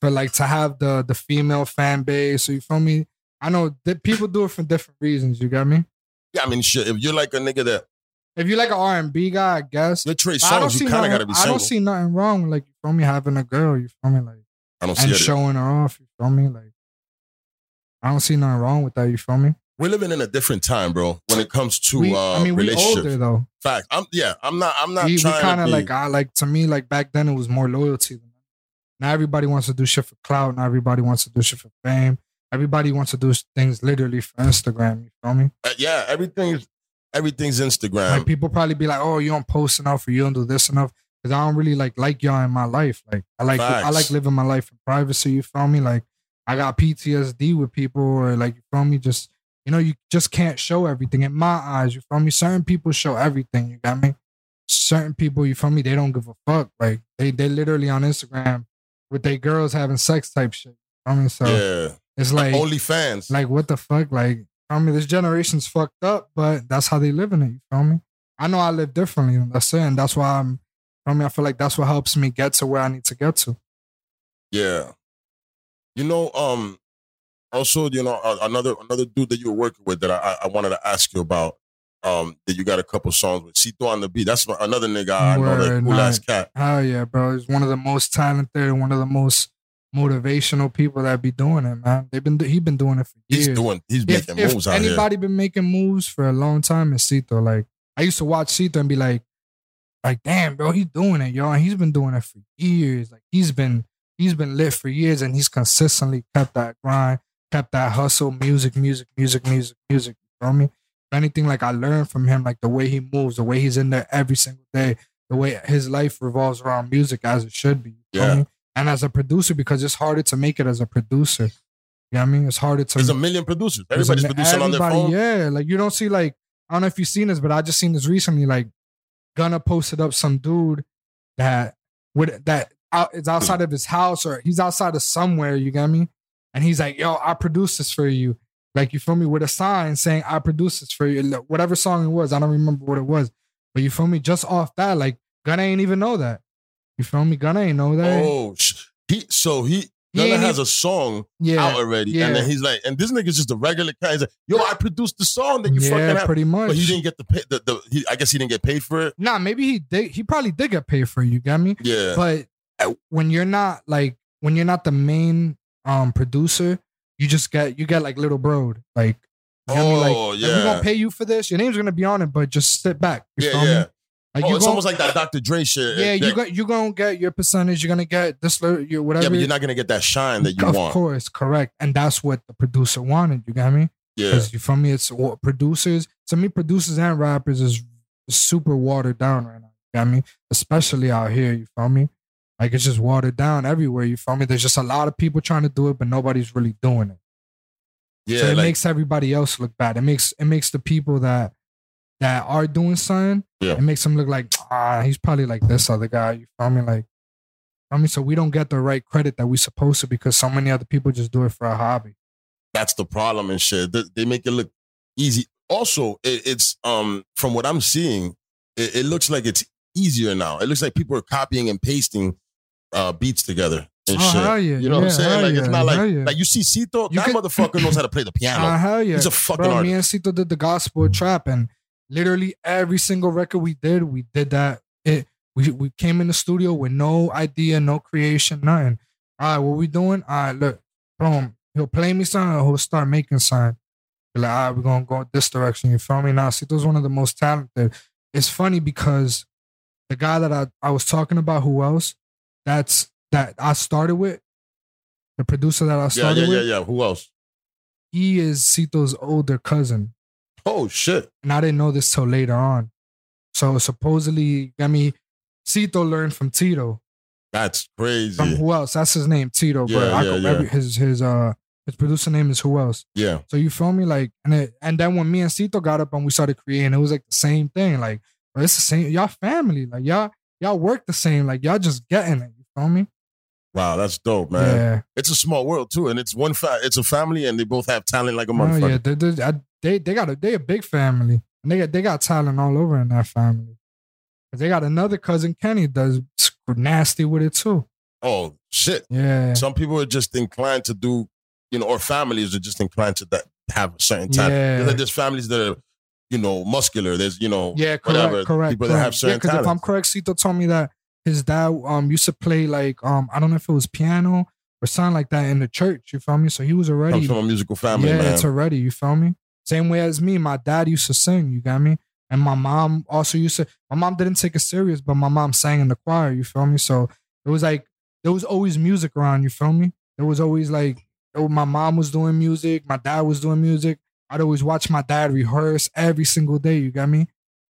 [SPEAKER 2] for like to have the the female fan base. So you feel me? I know that people do it for different reasons. You got me?
[SPEAKER 1] Yeah, I mean, shit. If you're like a nigga that
[SPEAKER 2] If you're like an R and B guy, I guess.
[SPEAKER 1] you're Trey
[SPEAKER 2] But I don't
[SPEAKER 1] Songz,
[SPEAKER 2] see
[SPEAKER 1] you kind of
[SPEAKER 2] nothing-
[SPEAKER 1] got to be
[SPEAKER 2] I
[SPEAKER 1] single.
[SPEAKER 2] don't see nothing wrong. with, Like you feel me having a girl. You feel me like.
[SPEAKER 1] I don't see
[SPEAKER 2] and
[SPEAKER 1] it.
[SPEAKER 2] showing her off. You feel me? Like, I don't see nothing wrong with that. You feel me?
[SPEAKER 1] We're living in a different time, bro. When it comes to
[SPEAKER 2] we,
[SPEAKER 1] uh,
[SPEAKER 2] I mean, we
[SPEAKER 1] relationships,
[SPEAKER 2] older though.
[SPEAKER 1] fact. I'm yeah. I'm not. I'm not
[SPEAKER 2] We, we
[SPEAKER 1] trying
[SPEAKER 2] kind
[SPEAKER 1] to
[SPEAKER 2] of
[SPEAKER 1] be,
[SPEAKER 2] like, I like to me, like back then it was more loyalty. Than now everybody wants to do shit for clout. Now everybody wants to do shit for fame. Everybody wants to do s- things literally for Instagram. You feel me?
[SPEAKER 1] Uh, yeah, everything's everything's
[SPEAKER 2] Like
[SPEAKER 1] Instagram.
[SPEAKER 2] people probably be like, "Oh, you don't post enough, or you don't do this enough." Because I don't really like like y'all in my life. Like I like I
[SPEAKER 1] Facts.
[SPEAKER 2] like living my life in privacy. You feel me? Like I got PTSD with people, or like you feel me? Just you know, you just can't show everything in my eyes. You feel me? Certain people show everything. You got me? Certain people, you feel me? They don't give a fuck. Like they they literally on Instagram with their girls having sex type shit. I mean, so
[SPEAKER 1] yeah,
[SPEAKER 2] it's like
[SPEAKER 1] only fans.
[SPEAKER 2] like what the fuck? Like I mean, this generation's fucked up, but that's how they live in it. You feel me? I know I live differently. and That's it, and that's why I'm. I mean, I feel like that's what helps me get to where I need to get to.
[SPEAKER 1] yeah, you know. Um, also, you know, uh, another another dude that you were working with that I I- I wanted to ask you about. Um, that you got a couple songs with Cito on the beat. That's my- another nigga I know that
[SPEAKER 2] Word,
[SPEAKER 1] cool ass
[SPEAKER 2] nice.
[SPEAKER 1] cat.
[SPEAKER 2] Hell yeah, bro! He's one of the most talented, and one of the most motivational people that be doing it, man. They've been he's been doing it for years.
[SPEAKER 1] He's doing. He's
[SPEAKER 2] if,
[SPEAKER 1] making
[SPEAKER 2] if
[SPEAKER 1] moves out here.
[SPEAKER 2] anybody been making moves for a long time, it's Cito. Like I used to watch Cito and be like, like damn, bro, he's doing it, y'all. And he's been doing it for years. Like he's been he's been lit for years, and he's consistently kept that grind, kept that hustle. Music, music, music, music, music. You feel me? If anything, like I learned from him, like the way he moves, the way he's in there every single day, the way his life revolves around music as it should be. you feel
[SPEAKER 1] Yeah.
[SPEAKER 2] me? And as a producer, because it's harder to make it as a producer. You know what I mean? It's harder to
[SPEAKER 1] There's a million producers. Everybody's
[SPEAKER 2] there's an-
[SPEAKER 1] producing on their phone.
[SPEAKER 2] Yeah, like you don't see like I don't know if you've seen this, but I just seen this recently. Like Gunna posted up some dude that would that out, is outside of his house or he's outside of somewhere. You get me? And he's like, "Yo, I produced this for you." Like you feel me with a sign saying, "I produced this for you." Like, Whatever song it was, I don't remember what it was, but you feel me? Just off that, like Gunna ain't even know that. You feel me? Gunna ain't know that.
[SPEAKER 1] Oh, sh- he so he.
[SPEAKER 2] He
[SPEAKER 1] Gunna
[SPEAKER 2] ain't e-,
[SPEAKER 1] has a song
[SPEAKER 2] yeah,
[SPEAKER 1] out already, and then
[SPEAKER 2] yeah.
[SPEAKER 1] he's like, and this nigga's just a regular guy. He's like, yo, I produced the song that you fucking
[SPEAKER 2] yeah,
[SPEAKER 1] have.
[SPEAKER 2] pretty much.
[SPEAKER 1] But he didn't get the pay. The, the he, I guess he didn't get paid for it.
[SPEAKER 2] nah, maybe he did. He probably did get paid for. it, You got me?
[SPEAKER 1] Yeah,
[SPEAKER 2] but uh, when you're not like when you're not the main um producer you just get you get like little broad like you know what I mean?
[SPEAKER 1] Oh,
[SPEAKER 2] like,
[SPEAKER 1] yeah.
[SPEAKER 2] like, we're gonna pay you for this your name's gonna be on it but just sit back you
[SPEAKER 1] yeah,
[SPEAKER 2] feel
[SPEAKER 1] yeah.
[SPEAKER 2] me like
[SPEAKER 1] oh,
[SPEAKER 2] you
[SPEAKER 1] it's
[SPEAKER 2] gon-
[SPEAKER 1] almost like that Dr. Dre shit.
[SPEAKER 2] yeah
[SPEAKER 1] That-
[SPEAKER 2] you got you gonna get your percentage you're gonna get this little your
[SPEAKER 1] yeah,
[SPEAKER 2] whatever
[SPEAKER 1] but you're not gonna get that shine that you
[SPEAKER 2] of
[SPEAKER 1] want.
[SPEAKER 2] course correct and that's what the producer wanted you got me
[SPEAKER 1] Yeah,
[SPEAKER 2] because you feel me it's wa- producers to me producers and rappers is super watered down right now you got me especially out here you feel me like it's just watered down everywhere you feel me there's just a lot of people trying to do it but nobody's really doing it
[SPEAKER 1] yeah.
[SPEAKER 2] so it
[SPEAKER 1] like,
[SPEAKER 2] makes everybody else look bad it makes it makes the people that that are doing something
[SPEAKER 1] Yeah.
[SPEAKER 2] it makes them look like ah he's probably like this other guy you feel me like I mean, so we don't get the right credit that we supposed to because so many other people just do it for a hobby.
[SPEAKER 1] that's the problem and shit. They, they make it look easy. Also, it, it's um from what I'm seeing, it, it looks like it's easier now. It looks like people are copying and pasting uh beats together and
[SPEAKER 2] Oh,
[SPEAKER 1] shit.
[SPEAKER 2] hell yeah,
[SPEAKER 1] You know what I'm
[SPEAKER 2] yeah,
[SPEAKER 1] saying?
[SPEAKER 2] hell
[SPEAKER 1] Like it's
[SPEAKER 2] yeah,
[SPEAKER 1] not
[SPEAKER 2] hell
[SPEAKER 1] like
[SPEAKER 2] yeah.
[SPEAKER 1] like you see Cito,
[SPEAKER 2] You
[SPEAKER 1] that
[SPEAKER 2] could-
[SPEAKER 1] motherfucker knows how to play the piano.
[SPEAKER 2] Ah, hell yeah.
[SPEAKER 1] He's a fucking
[SPEAKER 2] Bro, me
[SPEAKER 1] artist.
[SPEAKER 2] and Cito did the gospel trap, and literally every single record we did, we did that. It we we came in the studio with no idea, no creation, nothing. all right, what we doing? All right, look, boom. He'll play me something or he'll start making something. Be like, all right, we're gonna go this direction. You feel me? Now, Sito's one of the most talented. It's funny because the guy that I, I was talking about, who else? That's that I started with, the producer that I
[SPEAKER 1] Yeah,
[SPEAKER 2] started
[SPEAKER 1] yeah, yeah,
[SPEAKER 2] with.
[SPEAKER 1] yeah. Who else?
[SPEAKER 2] He is Sito's older cousin.
[SPEAKER 1] Oh shit.
[SPEAKER 2] and I didn't know this till later on. So supposedly, I mean, Cito learned from Tito.
[SPEAKER 1] That's
[SPEAKER 2] From
[SPEAKER 1] crazy.
[SPEAKER 2] who else? That's his name, Tito. but
[SPEAKER 1] Yeah,
[SPEAKER 2] I
[SPEAKER 1] yeah,
[SPEAKER 2] could
[SPEAKER 1] yeah.
[SPEAKER 2] remember his his uh his producer name is who else?
[SPEAKER 1] Yeah.
[SPEAKER 2] So you feel me? Like and it, and then when me and Cito got up and we started creating, it was like the same thing. Like bro, it's the same. Y'all family. Like y'all y'all work the same. Like y'all just getting it. You feel me?
[SPEAKER 1] Wow, that's dope, man.
[SPEAKER 2] Yeah.
[SPEAKER 1] It's a small world too, and it's one fa- it's a family, and they both have talent like a
[SPEAKER 2] Oh,
[SPEAKER 1] motherfucker.
[SPEAKER 2] yeah. They, they, I- they they got a they a big family. And they got they got talent all over in that family. 'Cause They got another cousin Kenny does nasty with it too.
[SPEAKER 1] Oh shit!
[SPEAKER 2] Yeah.
[SPEAKER 1] Some people are just inclined to do, you know, or families are just inclined to that have a certain talent.
[SPEAKER 2] Yeah.
[SPEAKER 1] There's, like, there's families that are, you know, muscular. There's you know,
[SPEAKER 2] yeah, correct,
[SPEAKER 1] whatever,
[SPEAKER 2] correct.
[SPEAKER 1] people that
[SPEAKER 2] correct.
[SPEAKER 1] have certain
[SPEAKER 2] yeah, because if I'm
[SPEAKER 1] talents.
[SPEAKER 2] correct, Sito told me that his dad um used to play like um I don't know if it was piano or something like that in the church. You feel me? So he was already
[SPEAKER 1] comes from a musical family,
[SPEAKER 2] yeah,
[SPEAKER 1] man.
[SPEAKER 2] it's already. You feel me? Same way as me. My dad used to sing. You got me? And my mom also used to. My mom didn't take it serious, but my mom sang in the choir. You feel me? So it was like there was always music around. You feel me? There was always like oh, my mom was doing music. My dad was doing music. I'd always watch my dad rehearse every single day. You got me?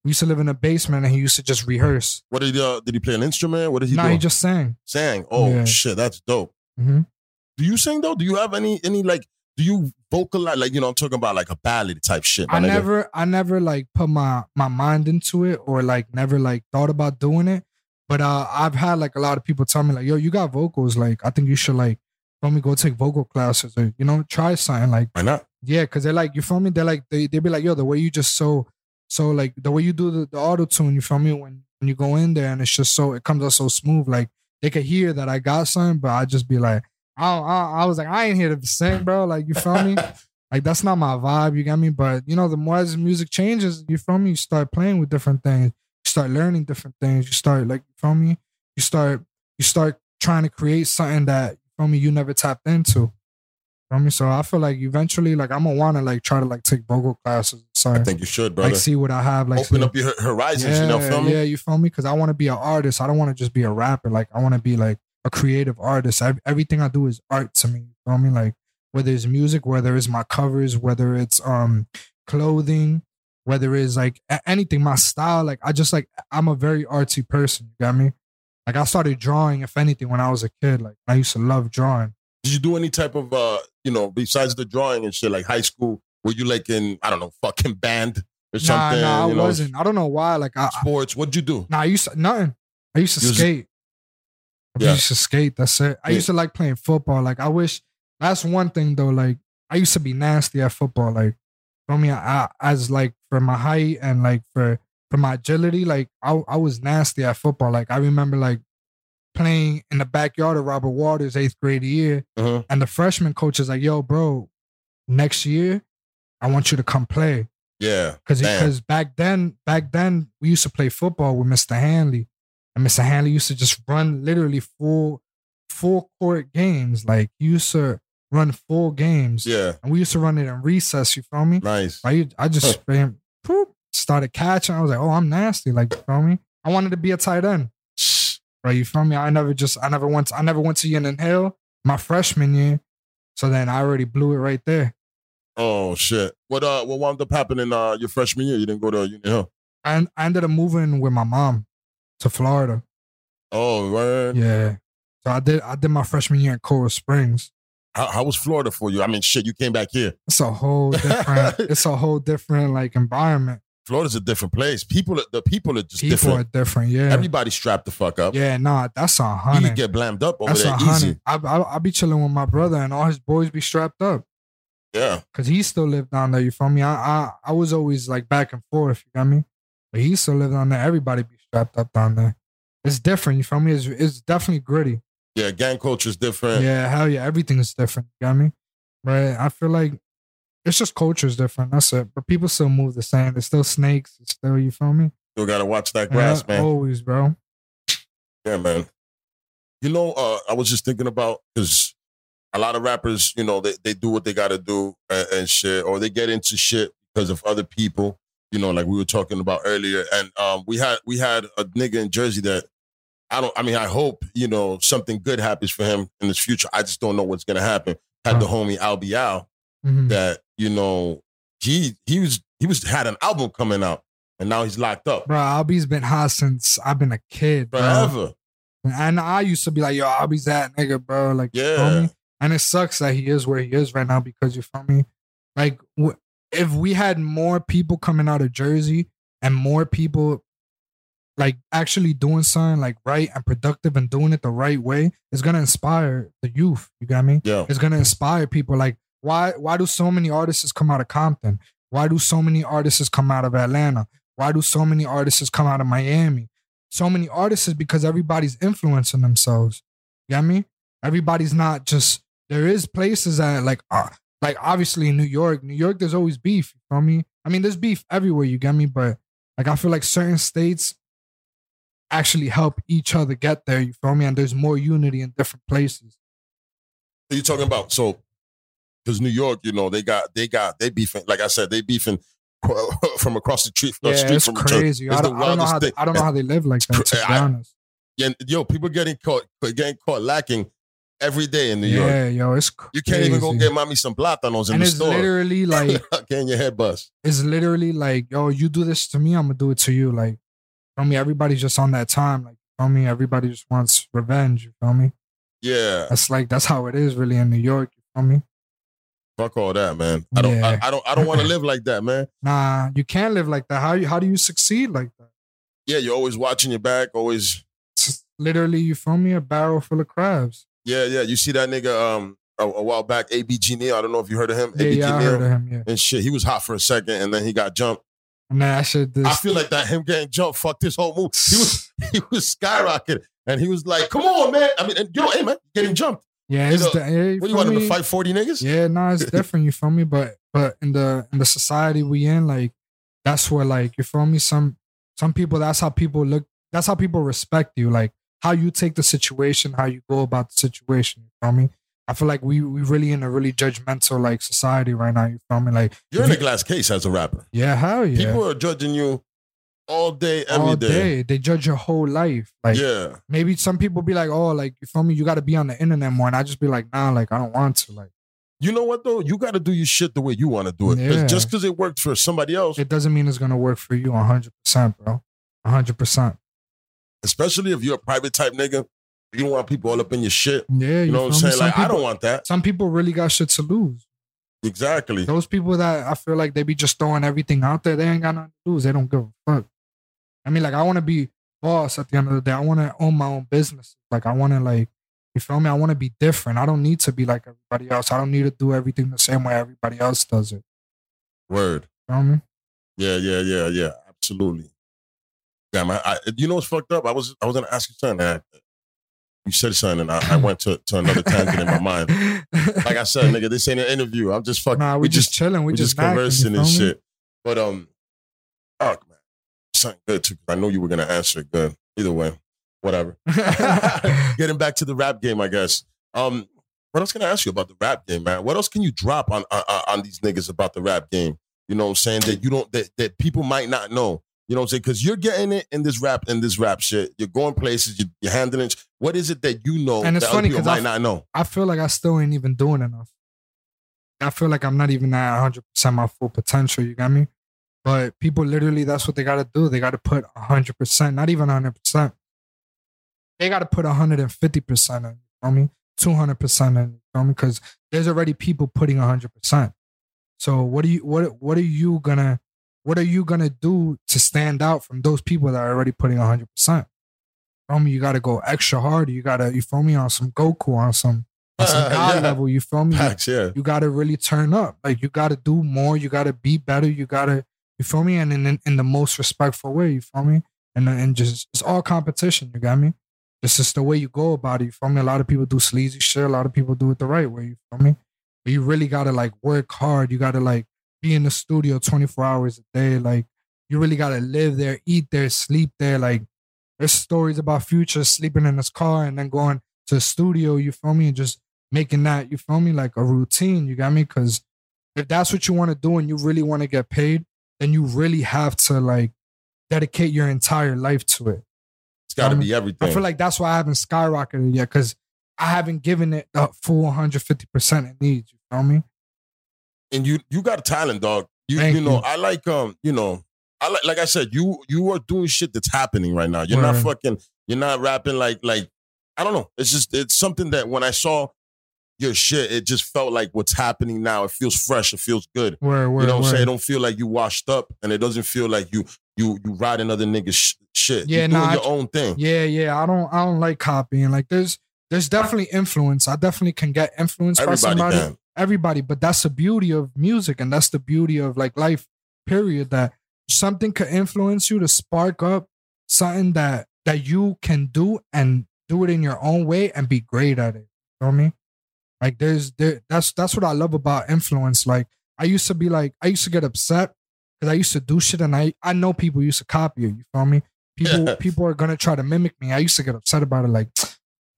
[SPEAKER 2] We used to live in a basement, and he used to just rehearse.
[SPEAKER 1] what did he uh, did he play an instrument? What did he
[SPEAKER 2] now
[SPEAKER 1] do?
[SPEAKER 2] he just sang.
[SPEAKER 1] sang. Oh
[SPEAKER 2] Yeah.
[SPEAKER 1] shit, that's dope.
[SPEAKER 2] hmm
[SPEAKER 1] Do you sing though? Do you have any any like? Do you vocalize like you know? I'm talking about like a ballad type shit. my
[SPEAKER 2] I
[SPEAKER 1] nigga.
[SPEAKER 2] never I never like put my my mind into it or like never like thought about doing it. But uh I've had like a lot of people tell me like, yo, you got vocals, like I think you should like let me go take vocal classes or you know, try something like
[SPEAKER 1] Why not?
[SPEAKER 2] yeah, cause they're like, you feel me? They're like they they be like, yo, the way you just so so like the way you do the, the auto tune, you feel me? When when you go in there and it's just so it comes out so smooth, like they could hear that I got something, but I just be like, I don't, I, I was like, I ain't here to sing, bro. Like you feel me? like that's not my vibe. You got me? But you know, the more as the music changes, you feel me? You start playing with different things. You start learning different things. You start like you feel me? You start you start trying to create something that you feel me you never tapped into. Feel me? So I feel like eventually, like I'm gonna wanna like try to like take vocal classes.
[SPEAKER 1] I
[SPEAKER 2] Sorry.
[SPEAKER 1] think you should, brother.
[SPEAKER 2] Like see what I have. Like
[SPEAKER 1] Open
[SPEAKER 2] see-
[SPEAKER 1] up your horizons. you know, feel me?
[SPEAKER 2] yeah, you feel me? Because I want to be an artist. I don't want to just be a rapper. Like I want to be like a creative artist. I, everything I do is art to me. You feel me? Like whether it's music, whether it's my covers, whether it's um clothing, whether it's like a- anything, my style. Like I just like I'm a very artsy person. You got me? Like I started drawing, if anything, when I was a kid. Like I used to love drawing.
[SPEAKER 1] Did you do any type of uh, you know, besides the drawing and shit, like high school? Were you like in I don't know, fucking band or
[SPEAKER 2] nah,
[SPEAKER 1] something?
[SPEAKER 2] nah, I
[SPEAKER 1] you know,
[SPEAKER 2] wasn't. I don't know why. Like I, I
[SPEAKER 1] Sports. What'd you do?
[SPEAKER 2] nah, I used to, nothing. I used to
[SPEAKER 1] You was-
[SPEAKER 2] skate. I
[SPEAKER 1] Yeah.
[SPEAKER 2] used to skate. That's it. I
[SPEAKER 1] Yeah.
[SPEAKER 2] used to like playing football. Like I wish that's one thing though. Like I used to be nasty at football. Like for me, I as like for my height and like for for my agility, like I I was nasty at football. Like I remember like playing in the backyard of Robert Waters eighth grade year,
[SPEAKER 1] Uh-huh.
[SPEAKER 2] and the freshman coach is like, "Yo, bro, next year I want you to come play."
[SPEAKER 1] Yeah.
[SPEAKER 2] Because
[SPEAKER 1] Damn.
[SPEAKER 2] because back then, back then we used to play football with Mr. Hanley, and Mr. Hanley used to just run literally full, full court games. Like he used to run full games,
[SPEAKER 1] Yeah.
[SPEAKER 2] and we used to run it in recess. You feel me?
[SPEAKER 1] Nice.
[SPEAKER 2] I I just bam, poop, started catching. I was like, oh, I'm nasty. Like you feel me? I wanted to be a tight end, right? You feel me? I never just I never went I never went to Union Hill my freshman year, so then I already blew it right there.
[SPEAKER 1] Oh shit. What uh what wound up happening uh your freshman year? You didn't go to Union Hill.
[SPEAKER 2] I I ended up moving with my mom to Florida.
[SPEAKER 1] Oh word.
[SPEAKER 2] Yeah. So I did I did my freshman year in Coral Springs.
[SPEAKER 1] How, how was Florida for you? I mean shit, you came back here.
[SPEAKER 2] It's a whole different it's a whole different like environment.
[SPEAKER 1] Florida's a different place. People are- the people are just
[SPEAKER 2] People
[SPEAKER 1] different.
[SPEAKER 2] are different, yeah.
[SPEAKER 1] Everybody strapped the fuck up.
[SPEAKER 2] yeah, nah, that's a
[SPEAKER 1] you could
[SPEAKER 2] hundred.
[SPEAKER 1] get blamed up over
[SPEAKER 2] That's a
[SPEAKER 1] there easy.
[SPEAKER 2] hundred. I, I I be chilling with my brother and all his boys be strapped up.
[SPEAKER 1] Yeah.
[SPEAKER 2] Cause he still lived down there, you feel me? I I, I was always like back and forth, you got me? But he still lived down there. Everybody be strapped up down there. It's different, you feel me? It's it's definitely gritty.
[SPEAKER 1] Yeah, gang culture is different.
[SPEAKER 2] Yeah, hell yeah, everything is different. You got me? Right. I feel like it's just culture is different. That's it. But people still move the same. There's still snakes. It's still you feel me?
[SPEAKER 1] Still gotta watch that grass,
[SPEAKER 2] Yeah,
[SPEAKER 1] man.
[SPEAKER 2] Always, bro.
[SPEAKER 1] Yeah, man. You know, uh, I was just thinking about because a lot of rappers, you know, they, they do what they got to do and, and shit, or they get into shit because of other people. You know, like we were talking about earlier, and um, we had we had a nigga in Jersey that I don't. I mean, I hope you know something good happens for him in his future. I just don't know what's gonna happen. Had the homie Al Bial,
[SPEAKER 2] Mhm.
[SPEAKER 1] that you know he he was he was had an album coming out and now he's locked up
[SPEAKER 2] Bro, Albie's been hot since I've been a kid, bro.
[SPEAKER 1] forever.
[SPEAKER 2] And I used to be like, yo, Albie's that nigga, bro. Like, you feel
[SPEAKER 1] Yeah.
[SPEAKER 2] me? And it sucks that he is where he is right now because you feel me? Like, w- if we had more people coming out of Jersey and more people like actually doing something like right and productive and doing it the right way, it's gonna inspire the youth. You got me?
[SPEAKER 1] Yeah,
[SPEAKER 2] It's gonna inspire people. Like, why why do so many artists come out of Compton? Why do so many artists come out of Atlanta? Why do so many artists come out of Miami? So many artists is because everybody's influencing themselves. You got me? Everybody's not just there is places that like uh, like obviously in New York, New York there's always beef, you feel me? I mean there's beef everywhere, you get me? But like I feel like certain states actually help each other get there, you feel me? And there's more unity in different places.
[SPEAKER 1] you talking about so because New York, you know, they got they got they beefing. Like I said, they beefing qu- from across the street. the street
[SPEAKER 2] it's
[SPEAKER 1] from each other.
[SPEAKER 2] crazy.
[SPEAKER 1] It's
[SPEAKER 2] I
[SPEAKER 1] the
[SPEAKER 2] don't, I don't know
[SPEAKER 1] wildest
[SPEAKER 2] how they,
[SPEAKER 1] thing.
[SPEAKER 2] I don't know how they live like that. To be
[SPEAKER 1] I-
[SPEAKER 2] honest,
[SPEAKER 1] And, yo, people getting caught getting caught lacking every day in New York.
[SPEAKER 2] yeah, yo, it's
[SPEAKER 1] You can't even go
[SPEAKER 2] crazy.
[SPEAKER 1] get mommy some platanos in
[SPEAKER 2] and
[SPEAKER 1] the
[SPEAKER 2] it's
[SPEAKER 1] store.
[SPEAKER 2] literally like
[SPEAKER 1] Getting your head bust.
[SPEAKER 2] it's literally like yo, you do this to me, I'm gonna do it to you. Like, feel me? Everybody's just on that time. Like, feel me? Everybody just wants revenge. You feel me?
[SPEAKER 1] Yeah,
[SPEAKER 2] That's like that's how it is really in New York. You feel me?
[SPEAKER 1] fuck all that, man. I don't,
[SPEAKER 2] Yeah.
[SPEAKER 1] I, I don't, I don't want to live like that, man.
[SPEAKER 2] Nah, you can't live like that. How you how do you succeed like that?
[SPEAKER 1] Yeah, you're always watching your back, always
[SPEAKER 2] It's just literally, you feel me? A barrel full of crabs.
[SPEAKER 1] Yeah, yeah. You see that nigga um a, a while back, ABG Neal. I don't know if you heard of him.
[SPEAKER 2] Yeah,
[SPEAKER 1] ABG
[SPEAKER 2] yeah, I
[SPEAKER 1] Neal.
[SPEAKER 2] heard of him. Yeah,
[SPEAKER 1] And shit, he was hot for a second, and then he got jumped.
[SPEAKER 2] and then I said this.
[SPEAKER 1] I feel like that him getting jumped fucked this whole move. He was he was skyrocketing, and he was like, "Come on, man! I mean, and you know, hey man, getting jumped.
[SPEAKER 2] yeah,
[SPEAKER 1] you
[SPEAKER 2] it's
[SPEAKER 1] know,
[SPEAKER 2] the, yeah,
[SPEAKER 1] What you
[SPEAKER 2] feel
[SPEAKER 1] want him to
[SPEAKER 2] me?
[SPEAKER 1] fight forty niggas?
[SPEAKER 2] Yeah, no, it's different. You feel me? But but in the in the society we in, like that's where like you feel me. Some some people that's how people look. That's how people respect you. Like how you take the situation, how you go about the situation. You feel me? I feel like we we really in a really judgmental like society right now. You feel me? Like
[SPEAKER 1] You're in a glass case as a rapper.
[SPEAKER 2] yeah, hell yeah,
[SPEAKER 1] People are judging you all day, every
[SPEAKER 2] all
[SPEAKER 1] day.
[SPEAKER 2] day they judge your whole life. Like
[SPEAKER 1] yeah,
[SPEAKER 2] maybe some people be like, oh, like you feel me? You got to be on the internet more, and I just be like, nah, like I don't want to. Like
[SPEAKER 1] you know what though? You got to do your shit the way you want to do it. 'Cause
[SPEAKER 2] Yeah.
[SPEAKER 1] Just because it worked for somebody else,
[SPEAKER 2] it doesn't mean it's gonna work for you 100, percent bro, 100. percent
[SPEAKER 1] especially if you're a private type nigga, you don't want people all up in your shit.
[SPEAKER 2] Yeah,
[SPEAKER 1] You know what I'm
[SPEAKER 2] feel me?
[SPEAKER 1] saying?
[SPEAKER 2] Some
[SPEAKER 1] Like, I
[SPEAKER 2] people-
[SPEAKER 1] don't want that.
[SPEAKER 2] Some people really got shit to lose.
[SPEAKER 1] Exactly.
[SPEAKER 2] Those people that I feel like they be just throwing everything out there, they ain't got nothing to lose. They don't give a fuck. I mean, like I want to be boss at the end of the day. I want to own my own business. Like I want to, like you feel me? I want to be different. I don't need to be like everybody else. I don't need to do everything the same way everybody else does it.
[SPEAKER 1] Word.
[SPEAKER 2] Feel me?
[SPEAKER 1] Yeah, yeah, yeah, yeah. Absolutely. Damn, I, I, you know what's fucked up? I was I was gonna ask you something. and I- you said something, and I, I went to, to another tangent in my mind. Like I said, nigga, this ain't an interview. I'm just fucking.
[SPEAKER 2] nah, we,
[SPEAKER 1] we
[SPEAKER 2] just, chilling. We,
[SPEAKER 1] we just,
[SPEAKER 2] vibing, you
[SPEAKER 1] conversing and
[SPEAKER 2] feel me?
[SPEAKER 1] shit. But um, fuck, man, something good too. 'cause I know you were gonna answer it good. Either way, whatever. Getting back to the rap game, I guess. Um, what else can I ask you about the rap game, man? What else can you drop on on, on- on these niggas about the rap game? You know what I'm saying? That you don't that, that people might not know. You know what I'm saying? Because you're getting it in this rap in this rap shit. You're going places. You, you're handling. it. What is it that you know
[SPEAKER 2] And it's
[SPEAKER 1] that other
[SPEAKER 2] funny
[SPEAKER 1] people
[SPEAKER 2] 'cause I
[SPEAKER 1] might
[SPEAKER 2] f-
[SPEAKER 1] not know?
[SPEAKER 2] I feel like I still ain't even doing enough. I feel like I'm not even at 100% my full potential, you got me? But people literally, that's what they got to do. They got to put 100%, not even 100%. They got to put 150% in, you feel me? 200% in, you feel me? Because there's already people putting 100%. So what are you, what, what are you gonna, what are you gonna do to stand out from those people that are already putting 100%? Feel me? You got to go extra hard. You got to, you feel me? On some Goku, on some, on some
[SPEAKER 1] Uh,
[SPEAKER 2] God
[SPEAKER 1] yeah.
[SPEAKER 2] level, you feel me?
[SPEAKER 1] Facts, yeah.
[SPEAKER 2] you gotta really turn up. Like you gotta do more. You gotta be better. You gotta you feel me? And in in, in the most respectful way, you feel me? And and just it's all competition. You got me? It's just the way you go about it. You feel me? A lot of people do sleazy shit. A lot of people do it the right way. You feel me? But you really gotta like work hard. You gotta like be in the studio twenty four hours a day. Like you really gotta live there, eat there, sleep there. Like there's stories about Future sleeping in his car and then going to the studio, you feel me, and just making that, you feel me, like a routine, you got me? Cause if that's what you want to do and you really want to get paid, then you really have to like dedicate your entire life to it.
[SPEAKER 1] It's got to
[SPEAKER 2] I mean,
[SPEAKER 1] be everything.
[SPEAKER 2] I feel like that's why I haven't skyrocketed yet because I haven't given it a full 150% it needs. You feel me?
[SPEAKER 1] and you you got talent, dog. You
[SPEAKER 2] Thank
[SPEAKER 1] you know,
[SPEAKER 2] you.
[SPEAKER 1] I like um, you know, I like like I said, you you are doing shit that's happening right now. You're not
[SPEAKER 2] Word.
[SPEAKER 1] fucking, you're not rapping like like I don't know. It's just it's something that when I saw your shit, it just felt like what's happening now. It feels fresh, it feels good.
[SPEAKER 2] Word, word,
[SPEAKER 1] you know what
[SPEAKER 2] word.
[SPEAKER 1] I'm saying? It don't feel like you washed up and it doesn't feel like you you you riding other niggas sh- shit.
[SPEAKER 2] Yeah,
[SPEAKER 1] You're
[SPEAKER 2] nah,
[SPEAKER 1] doing
[SPEAKER 2] I-
[SPEAKER 1] your own thing.
[SPEAKER 2] Yeah, yeah. I don't I don't like copying. Like there's there's definitely influence. I definitely can get influenced by
[SPEAKER 1] Everybody
[SPEAKER 2] somebody.
[SPEAKER 1] can.
[SPEAKER 2] Everybody, but that's the beauty of music and that's the beauty of like life, period. That something could influence you to spark up something that that you can do and do it in your own way and be great at it. You know what I mean? Like there's there that's that's what I love about influence. Like I used to be like I used to get upset because I used to do shit and I I know people used to copy it. You feel me? People
[SPEAKER 1] Yeah.
[SPEAKER 2] people are gonna try to mimic me. I used to get upset about it. Like,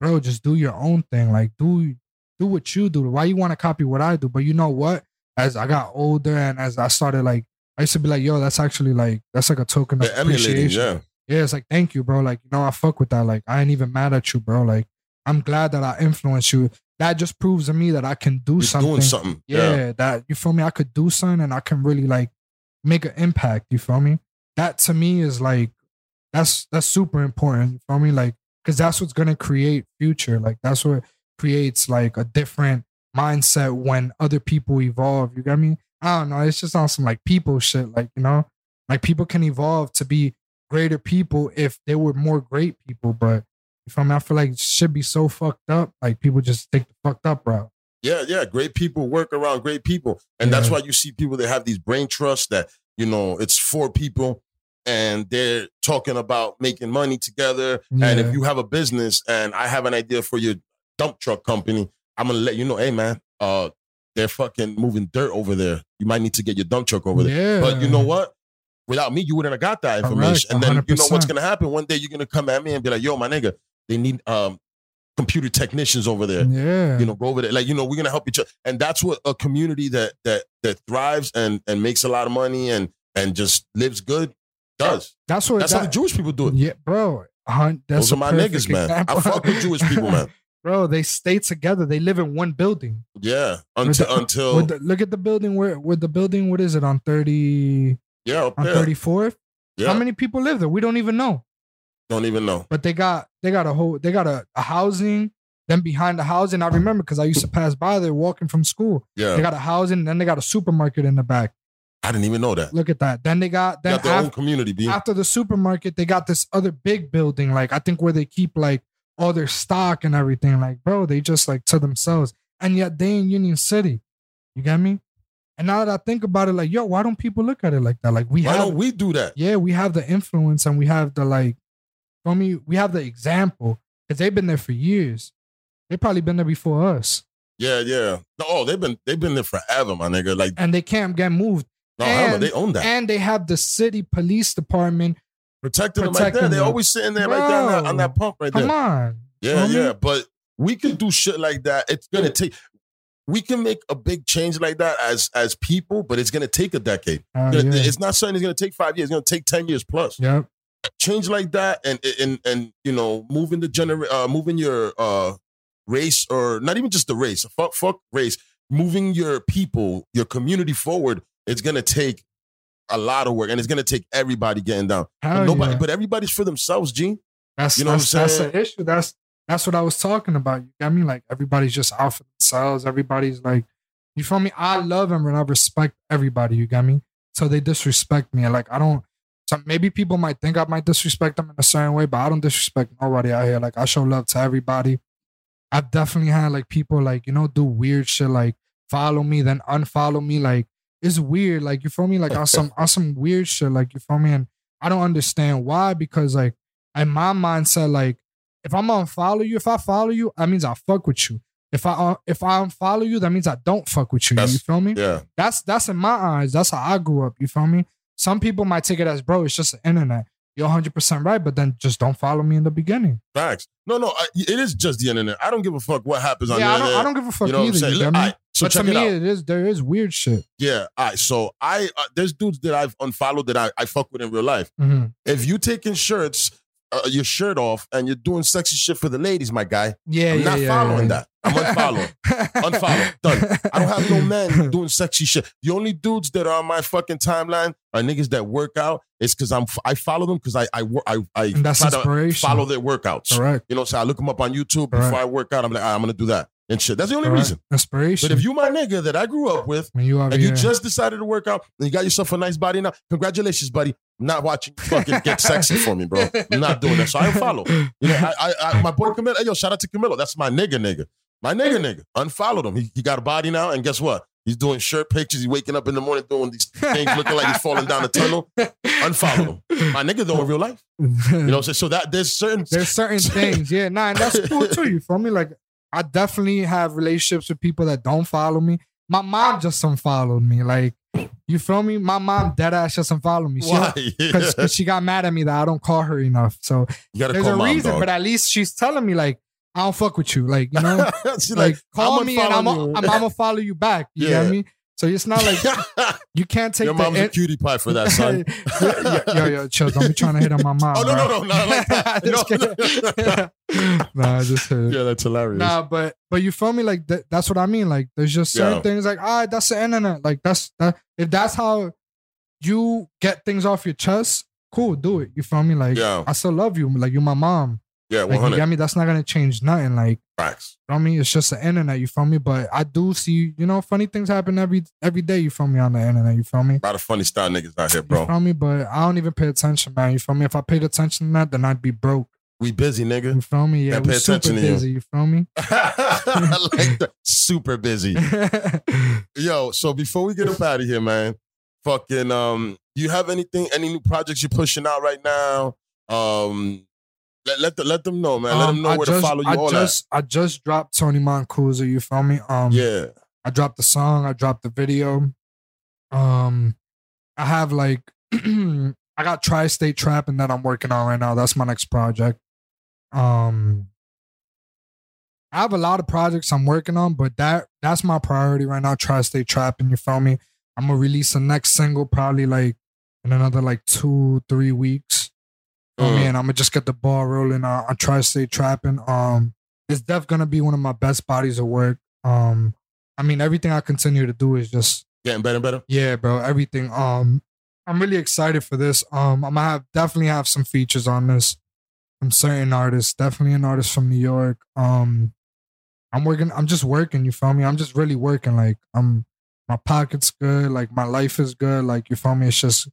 [SPEAKER 2] bro, just do your own thing. Like do do what you do. Why you want to copy what I do? But you know what? As I got older and as I started like I used to be like, yo, that's actually like that's like a token of
[SPEAKER 1] They're emulating,
[SPEAKER 2] appreciation.
[SPEAKER 1] yeah.
[SPEAKER 2] Yeah, it's like thank you, bro. Like, you know, I fuck with that. Like, I ain't even mad at you, bro. Like, I'm glad that I influenced you. That just proves to me that I can do
[SPEAKER 1] You're
[SPEAKER 2] something.
[SPEAKER 1] doing something.
[SPEAKER 2] yeah, that you feel me? I could do something and I can really like make an impact. You feel me? That to me is like that's that's super important. You feel me? Like, cause that's what's gonna create future. Like that's what creates like a different mindset when other people evolve. You got me? I don't know. It's just on some like people shit. Like, you know, like people can evolve to be greater people if they were more great people. But you feel me? I feel like it should be so fucked up. Like people just take the fucked up route.
[SPEAKER 1] Yeah, yeah. Great people work around great people. And that's
[SPEAKER 2] Yeah.
[SPEAKER 1] why you see people that have these brain trusts that, you know, it's four people and they're talking about making money together. And
[SPEAKER 2] Yeah.
[SPEAKER 1] if you have a business and I have an idea for your dump truck company, I'm gonna let you know, hey man, uh, they're fucking moving dirt over there. You might need to get your dump truck over there.
[SPEAKER 2] Yeah.
[SPEAKER 1] But you know what? Without me, you wouldn't have got that
[SPEAKER 2] Correct,
[SPEAKER 1] information. and then you know what's
[SPEAKER 2] 100%.
[SPEAKER 1] gonna happen. One day you're gonna come at me and be like, yo, my nigga, they need um computer technicians over there
[SPEAKER 2] Yeah.
[SPEAKER 1] you know go over there like you know we're gonna help each other and that's what a community that that that thrives and and makes a lot of money and and just lives good does
[SPEAKER 2] that's what
[SPEAKER 1] that's how the
[SPEAKER 2] that,
[SPEAKER 1] jewish people do it
[SPEAKER 2] Yeah, bro. a hun- That's
[SPEAKER 1] those are my
[SPEAKER 2] a perfect
[SPEAKER 1] niggas man i
[SPEAKER 2] example.
[SPEAKER 1] fuck with jewish people man
[SPEAKER 2] bro, they stay together. They live in one building.
[SPEAKER 1] yeah until
[SPEAKER 2] the-
[SPEAKER 1] until
[SPEAKER 2] With the- look at the building where with the building, what is it on 30
[SPEAKER 1] yeah up
[SPEAKER 2] on
[SPEAKER 1] there
[SPEAKER 2] 34th?
[SPEAKER 1] yeah
[SPEAKER 2] How many people live there? We don't even know.
[SPEAKER 1] don't even know
[SPEAKER 2] but they got they got a whole they got a, a housing then behind the housing i remember because i used to pass by there walking from school
[SPEAKER 1] yeah
[SPEAKER 2] they got a housing then they got a supermarket in the back
[SPEAKER 1] i didn't even know that
[SPEAKER 2] look at that then they got
[SPEAKER 1] you
[SPEAKER 2] then
[SPEAKER 1] got their own
[SPEAKER 2] after,
[SPEAKER 1] community b
[SPEAKER 2] after the supermarket they got this other big building like i think where they keep like all their stock and everything like bro they just like to themselves and yet they in union city you get me and now that i think about it like yo why don't people look at it like that like we
[SPEAKER 1] why
[SPEAKER 2] have
[SPEAKER 1] don't we do that
[SPEAKER 2] yeah, we have the influence and we have the like, for me, we have the example because they've been there for years. They probably been there before us,
[SPEAKER 1] yeah yeah no, oh they've been they've been there forever my nigga like
[SPEAKER 2] and they can't get moved.
[SPEAKER 1] no hell no
[SPEAKER 2] And-
[SPEAKER 1] they own that
[SPEAKER 2] And they have the city police department.
[SPEAKER 1] protecting them right there
[SPEAKER 2] protecting
[SPEAKER 1] they
[SPEAKER 2] them.
[SPEAKER 1] always sitting there right there on that, on that pump right there
[SPEAKER 2] Come on,
[SPEAKER 1] Yeah,
[SPEAKER 2] Feel me?
[SPEAKER 1] yeah, but we can do shit like that. It's gonna take. We can make a big change like that as as people, but it's gonna take a decade.
[SPEAKER 2] Oh,
[SPEAKER 1] It-
[SPEAKER 2] yeah.
[SPEAKER 1] It's not something that's gonna take five years. It's gonna take ten years plus.
[SPEAKER 2] Yep.
[SPEAKER 1] Change like that, and and and you know, moving the gener, uh, moving your uh race, or not even just the race. Fuck, fuck race. Moving your people, your community forward. It's gonna take a lot of work, and it's gonna take everybody getting down.
[SPEAKER 2] Hell
[SPEAKER 1] But nobody,
[SPEAKER 2] yeah.
[SPEAKER 1] but everybody's for themselves, Gene.
[SPEAKER 2] That's
[SPEAKER 1] You know what I'm
[SPEAKER 2] that's, that's
[SPEAKER 1] saying?
[SPEAKER 2] the issue. That's that's what I was talking about. You got me? Like everybody's just out for themselves. Everybody's like, you feel me? I love and I respect everybody. You got me? So they disrespect me. Like I don't. So maybe people might think I might disrespect them in a certain way, but I don't disrespect nobody out here. Like I show love to everybody. I've definitely had like people like you know do weird shit like follow me then unfollow me like it's weird like you feel me like on some on some weird shit like you feel me and I don't understand why because like in my mindset, like if I'm gonna follow you, if I follow you, that means I fuck with you. If I uh, if I unfollow you, that means I don't fuck with you. you
[SPEAKER 1] That's-
[SPEAKER 2] feel me?
[SPEAKER 1] Yeah,
[SPEAKER 2] That's that's in my eyes. That's how I grew up. You feel me? Some people might take it as bro. It's just the internet. you're 100% right, but then just don't follow me in the beginning.
[SPEAKER 1] Facts. No, no, I, it is just the internet. I don't give a fuck what happens on
[SPEAKER 2] Yeah,
[SPEAKER 1] the
[SPEAKER 2] I don't,
[SPEAKER 1] internet.
[SPEAKER 2] I don't give a fuck
[SPEAKER 1] you know what I'm
[SPEAKER 2] either.
[SPEAKER 1] saying?
[SPEAKER 2] You
[SPEAKER 1] Look,
[SPEAKER 2] get me?
[SPEAKER 1] all right, so
[SPEAKER 2] but to
[SPEAKER 1] check it
[SPEAKER 2] me,
[SPEAKER 1] out.
[SPEAKER 2] it is there is weird shit.
[SPEAKER 1] Yeah. All right. So I uh, there's dudes that I've unfollowed that I, I fuck with in real life.
[SPEAKER 2] Mhm.
[SPEAKER 1] If you taking shirts, uh, your shirt off, and you're doing sexy shit for the ladies, my guy,
[SPEAKER 2] Yeah,
[SPEAKER 1] I'm
[SPEAKER 2] yeah,
[SPEAKER 1] not
[SPEAKER 2] yeah,
[SPEAKER 1] following
[SPEAKER 2] yeah.
[SPEAKER 1] that. I'm unfollowing. Unfollow. Done. I don't have no men doing sexy shit. The only dudes that are on my fucking timeline are niggas that work out. It's because I'm I follow them because I I wor- I I
[SPEAKER 2] And that's
[SPEAKER 1] try to
[SPEAKER 2] inspiration.
[SPEAKER 1] follow their workouts.
[SPEAKER 2] Correct.
[SPEAKER 1] You know, so I look them up on YouTube
[SPEAKER 2] Correct.
[SPEAKER 1] before I work out. I'm like, "All right, I'm gonna do that and shit. That's the only
[SPEAKER 2] correct.
[SPEAKER 1] reason.
[SPEAKER 2] Inspiration.
[SPEAKER 1] But if you my nigga that I grew up with.
[SPEAKER 2] when you out
[SPEAKER 1] And
[SPEAKER 2] here,
[SPEAKER 1] you just decided to work out and you got yourself a nice body now. Congratulations, buddy. I'm not watching you fucking get sexy for me, bro. I'm not doing that. So I follow. You know, I, I, I my boy Camilo. Hey, yo, shout out to Camilo. That's my nigga, nigga. My nigga, nigga. Unfollowed him. He, he got a body now, and guess what? He's doing shirt pictures. He's waking up in the morning doing these things, looking like he's falling down the tunnel. Unfollow him. My nigga, though, in real life. You know what I'm saying? So that there's certain.
[SPEAKER 2] There's certain things, yeah, nah, and that's cool too. You feel me? Like I definitely have relationships with people that don't follow me. My mom just unfollowed me. Like you feel me? My mom dead ass just unfollowed me. She
[SPEAKER 1] Why?
[SPEAKER 2] Because she got mad at me that I don't call her enough. So
[SPEAKER 1] you gotta
[SPEAKER 2] there's
[SPEAKER 1] call
[SPEAKER 2] a
[SPEAKER 1] mom,
[SPEAKER 2] reason,
[SPEAKER 1] dog.
[SPEAKER 2] but at least she's telling me like I don't fuck with you. Like you know,
[SPEAKER 1] She
[SPEAKER 2] like, call
[SPEAKER 1] I'm
[SPEAKER 2] me and I'm
[SPEAKER 1] unfollowing
[SPEAKER 2] I'm, I'm gonna follow you back. You
[SPEAKER 1] Yeah.
[SPEAKER 2] get me? So it's not like you can't take
[SPEAKER 1] Your
[SPEAKER 2] the
[SPEAKER 1] mom's a
[SPEAKER 2] in-
[SPEAKER 1] cutie pie for that, son.
[SPEAKER 2] yo, yo, yo, chill. Don't be trying to hit on my mom.
[SPEAKER 1] Oh no, no,
[SPEAKER 2] bro.
[SPEAKER 1] no, not like that.
[SPEAKER 2] Just kidding. nah, I just hit.
[SPEAKER 1] yeah, that's hilarious.
[SPEAKER 2] Nah, but but you feel me? Like that, that's what I mean. Like there's just certain
[SPEAKER 1] Yeah.
[SPEAKER 2] things. Like ah, that's the internet. Like that's that. If that's how you get things off your chest, cool, do it. You feel me? Like
[SPEAKER 1] Yeah.
[SPEAKER 2] I still love you. Like you're my mom.
[SPEAKER 1] yeah, one
[SPEAKER 2] Like you
[SPEAKER 1] hundred
[SPEAKER 2] got me. That's not gonna change nothing. Like
[SPEAKER 1] facts.
[SPEAKER 2] you know what I mean, it's just the internet. You feel me? But I do see you know funny things happen every every day. You feel me on the internet? You feel me?
[SPEAKER 1] A lot of funny style niggas out here,
[SPEAKER 2] You
[SPEAKER 1] bro.
[SPEAKER 2] feel me? But I don't even pay attention, man. You feel me? If I paid attention to that, then I'd be broke.
[SPEAKER 1] We busy,
[SPEAKER 2] You
[SPEAKER 1] nigga.
[SPEAKER 2] feel me? Yeah,
[SPEAKER 1] Gotta pay
[SPEAKER 2] we're super
[SPEAKER 1] attention to you.
[SPEAKER 2] busy. You. feel me?
[SPEAKER 1] I like that. Super busy, yo. So before we get up out of here, man, fucking um, you have anything, any new projects you're pushing out right now? Um, let let, the, let them know, man. Let
[SPEAKER 2] Um,
[SPEAKER 1] them know
[SPEAKER 2] I
[SPEAKER 1] where to
[SPEAKER 2] just-
[SPEAKER 1] follow you.
[SPEAKER 2] I
[SPEAKER 1] all
[SPEAKER 2] just, I just dropped Tony Mancuso. You feel me? Um,
[SPEAKER 1] that, yeah.
[SPEAKER 2] I dropped the song. I dropped the video. Um, I have like, I got Tri-State Trap, and that I'm working on right now. That's my next project. Um, I have a lot of projects I'm working on, but that that's my priority right now. Tri-State Trap, and you feel me? I'm gonna release the next single probably like in another like two, three weeks. Oh
[SPEAKER 1] Mm.
[SPEAKER 2] man, I'm gonna just get the ball rolling. I, I try to stay trapping. Um, it's def gonna be one of my best bodies of work. Um, I mean, everything I continue to do is just
[SPEAKER 1] Getting better and better.
[SPEAKER 2] yeah, bro. Everything. Um, I'm really excited for this. Um, I'm gonna have definitely have some features on this from certain artists. Definitely an artist from New York. Um, I'm working. I'm just working. You feel me? I'm just really working. Like I'm, my pocket's good. Like my life is good. Like you feel me? It's just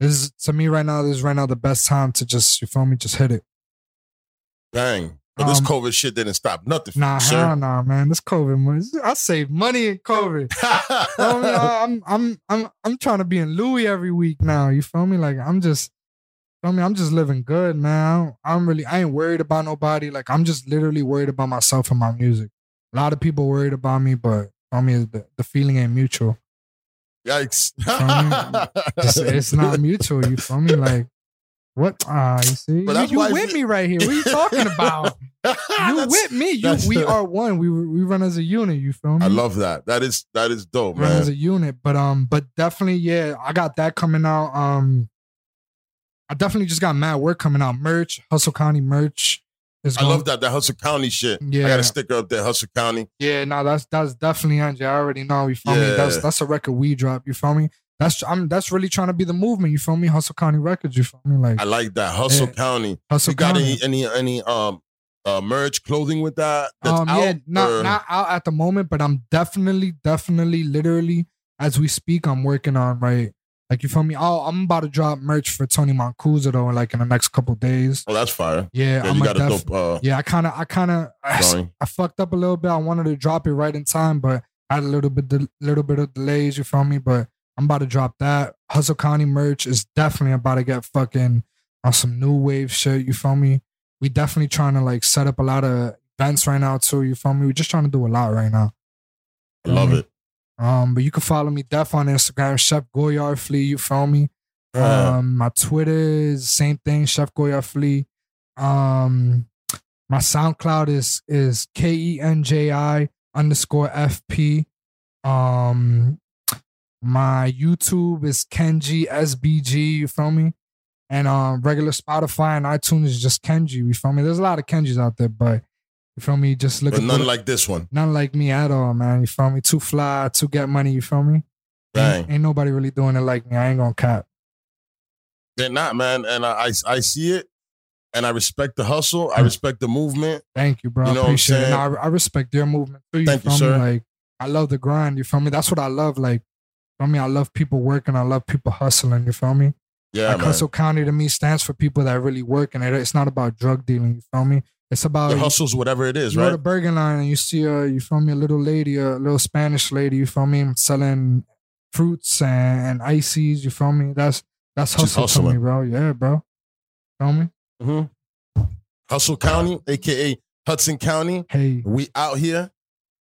[SPEAKER 2] this is, to me right now. This is right now the best time to just you feel me? Just hit it.
[SPEAKER 1] Dang. But this
[SPEAKER 2] Um,
[SPEAKER 1] COVID shit didn't stop nothing. for
[SPEAKER 2] Nah,
[SPEAKER 1] you,
[SPEAKER 2] hell
[SPEAKER 1] sir.
[SPEAKER 2] nah, man. This COVID, man. I save money in COVID. You know what I mean? I- I'm I'm I'm I'm trying to be in Louis every week now. You feel me? Like I'm just I mean, I'm just living good, man. I don't- I'm really I ain't worried about nobody. Like I'm just literally worried about myself and my music. A lot of people worried about me, but I mean the, the feeling ain't mutual.
[SPEAKER 1] Yikes.
[SPEAKER 2] I It's, it's not mutual, you feel me? Like what ah, you see?
[SPEAKER 1] But
[SPEAKER 2] You-
[SPEAKER 1] that's
[SPEAKER 2] you
[SPEAKER 1] why
[SPEAKER 2] with
[SPEAKER 1] it's-
[SPEAKER 2] me right here. What are you talking about? You
[SPEAKER 1] That's-
[SPEAKER 2] with me. You
[SPEAKER 1] that's
[SPEAKER 2] we
[SPEAKER 1] the-
[SPEAKER 2] are one. We we run as a unit, you feel me?
[SPEAKER 1] I love that. That is that is dope,
[SPEAKER 2] run as
[SPEAKER 1] man.
[SPEAKER 2] a unit. But um, but definitely, yeah, I got that coming out. Um, I definitely just got mad work coming out. Merch, Hustle County merch is.
[SPEAKER 1] I love that that Hustle County shit. I got
[SPEAKER 2] Yeah.
[SPEAKER 1] a sticker up there, Hustle County.
[SPEAKER 2] Yeah, no, that's that's definitely Angie. I already know. You feel me? That's
[SPEAKER 1] Yeah.
[SPEAKER 2] that's a record we drop. You feel me? That's I'm that's really trying to be the movement. You feel me? Hustle County Records. You feel me? Like
[SPEAKER 1] I like that Hustle
[SPEAKER 2] Yeah.
[SPEAKER 1] County.
[SPEAKER 2] Hustle
[SPEAKER 1] you got
[SPEAKER 2] County.
[SPEAKER 1] any any any um uh merch clothing with that? That's
[SPEAKER 2] um,
[SPEAKER 1] out.
[SPEAKER 2] yeah, not
[SPEAKER 1] or-
[SPEAKER 2] not out at the moment, but I'm definitely, definitely, literally, as we speak, I'm working on right. Like you feel me? Oh, I'm about to drop merch for Tony Mancuso though, like in the next couple days.
[SPEAKER 1] Oh, that's fire.
[SPEAKER 2] Yeah,
[SPEAKER 1] Yeah,
[SPEAKER 2] I'm
[SPEAKER 1] you
[SPEAKER 2] a
[SPEAKER 1] got a
[SPEAKER 2] def-
[SPEAKER 1] dope uh
[SPEAKER 2] yeah. I kind of, I kind of, I,
[SPEAKER 1] drawing.
[SPEAKER 2] fucked up a little bit. I wanted to drop it right in time, but I had a little bit, del- little bit of delays. You feel me? But I'm about to drop that. Hustle County merch is definitely about to get fucking on some new wave shit. You feel me? We definitely trying to like set up a lot of events right now too. You feel me? We're just trying to do a lot right now.
[SPEAKER 1] I love it.
[SPEAKER 2] Um, but you can follow me Def on Instagram, Chef Goyard Flea. You feel me?
[SPEAKER 1] Uh,
[SPEAKER 2] Um, my Twitter is same thing, Chef Goya Flea. Um, my SoundCloud is is K E N J I underscore F P. Um, my YouTube is Kenji SBG. You feel me? And um, regular Spotify and iTunes is just Kenji. You feel me? There's a lot of Kenjis out there, but you feel me? Just look
[SPEAKER 1] but
[SPEAKER 2] at
[SPEAKER 1] none
[SPEAKER 2] the-
[SPEAKER 1] like this one.
[SPEAKER 2] none like me at all, man. You feel me? Too fly, too get money. You feel me?
[SPEAKER 1] Dang.
[SPEAKER 2] Ain't, ain't nobody really doing it like me. I ain't gonna cap.
[SPEAKER 1] They're not, man. And I, I, I see it, and I respect the hustle. I
[SPEAKER 2] Hmm.
[SPEAKER 1] respect the movement.
[SPEAKER 2] Thank you, bro.
[SPEAKER 1] You know
[SPEAKER 2] I
[SPEAKER 1] what I'm
[SPEAKER 2] appreciate it.
[SPEAKER 1] saying?
[SPEAKER 2] And I, I respect your movement too. You
[SPEAKER 1] Thank you,
[SPEAKER 2] feel me?
[SPEAKER 1] sir.
[SPEAKER 2] Like I love the grind. You feel me? That's what I love. Like for me, I love people working. I love people hustling. You feel me?
[SPEAKER 1] Yeah,
[SPEAKER 2] like
[SPEAKER 1] man.
[SPEAKER 2] Hustle County to me stands for people that really work, and it, it's not about drug dealing. You feel me? It's about
[SPEAKER 1] the
[SPEAKER 2] you-
[SPEAKER 1] hustle's whatever it is,
[SPEAKER 2] you go to
[SPEAKER 1] right?
[SPEAKER 2] Burger Line and you see a you feel me a little lady, a little Spanish lady. You feel me selling fruits and, and ices. You feel me? That's that's
[SPEAKER 1] Just
[SPEAKER 2] hustle to me,
[SPEAKER 1] hustling.
[SPEAKER 2] bro. Yeah, bro. Feel me?
[SPEAKER 1] Mhm. Hustle County, aka Hudson County.
[SPEAKER 2] Hey,
[SPEAKER 1] we out here.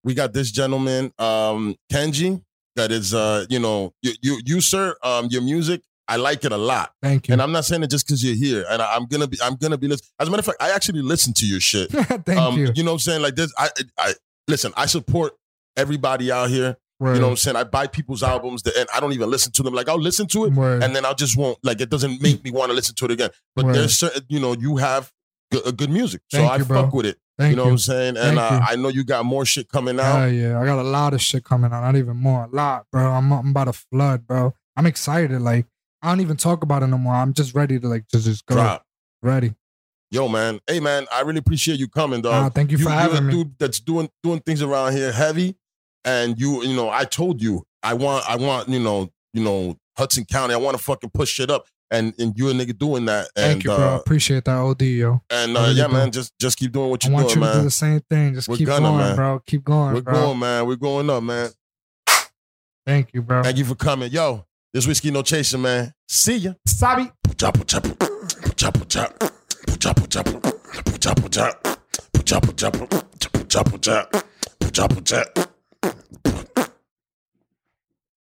[SPEAKER 1] We got this gentleman, um, Kenji, that is, uh, you know, you, you, you sir, um, your music, I like it a lot.
[SPEAKER 2] thank you.
[SPEAKER 1] And I'm not saying it just because you're here. And I, I'm gonna be, I'm gonna be. Listen- As a matter of fact, I actually listen to your shit.
[SPEAKER 2] thank you.
[SPEAKER 1] um, know what I'm saying? Like this, I, I listen. I support everybody out here.
[SPEAKER 2] Word.
[SPEAKER 1] You know what I'm saying? I buy people's albums that, and I don't even listen to them. Like I'll listen to it,
[SPEAKER 2] Word.
[SPEAKER 1] and then I'll just won't. Like it doesn't make me want to listen to it again. But
[SPEAKER 2] Right.
[SPEAKER 1] there's certain, you know, you have good, good music, so
[SPEAKER 2] Thank
[SPEAKER 1] I
[SPEAKER 2] you, bro.
[SPEAKER 1] fuck with it
[SPEAKER 2] Thank
[SPEAKER 1] you know
[SPEAKER 2] you.
[SPEAKER 1] what I'm saying? And
[SPEAKER 2] Thank
[SPEAKER 1] uh,
[SPEAKER 2] you.
[SPEAKER 1] I know you got more shit coming
[SPEAKER 2] Hell
[SPEAKER 1] out.
[SPEAKER 2] yeah, I got a lot of shit coming out. Not even more, a lot, bro. I'm, I'm about to flood, bro. I'm excited. Like I don't even talk about it no more. I'm just ready to like just just go
[SPEAKER 1] Drop.
[SPEAKER 2] ready.
[SPEAKER 1] Yo, man. Hey, man. I really appreciate you coming, dog.
[SPEAKER 2] Nah, thank you, for
[SPEAKER 1] are a
[SPEAKER 2] having me.
[SPEAKER 1] dude that's doing doing things around here heavy, and you you know I told you I want I want you know you know Hudson County. I want to fucking push shit up, and and you a nigga doing that. And
[SPEAKER 2] thank you, bro. I
[SPEAKER 1] uh,
[SPEAKER 2] Appreciate that, OD, yo.
[SPEAKER 1] and
[SPEAKER 2] I
[SPEAKER 1] uh,
[SPEAKER 2] really
[SPEAKER 1] yeah,
[SPEAKER 2] do.
[SPEAKER 1] man. Just just keep doing what
[SPEAKER 2] I
[SPEAKER 1] you're
[SPEAKER 2] want
[SPEAKER 1] doing,
[SPEAKER 2] you to do
[SPEAKER 1] man.
[SPEAKER 2] the same thing. Just
[SPEAKER 1] We're
[SPEAKER 2] keep
[SPEAKER 1] gonna,
[SPEAKER 2] going,
[SPEAKER 1] man.
[SPEAKER 2] bro. Keep going,
[SPEAKER 1] We're
[SPEAKER 2] bro.
[SPEAKER 1] going, man. We're going up, man.
[SPEAKER 2] Thank you, bro.
[SPEAKER 1] Thank you for coming, yo. This whiskey no chaser, man. See ya.
[SPEAKER 2] Sabi.
[SPEAKER 1] Chop chop chop chop chop chop chop chop chop chop chop chop chop chop chop chop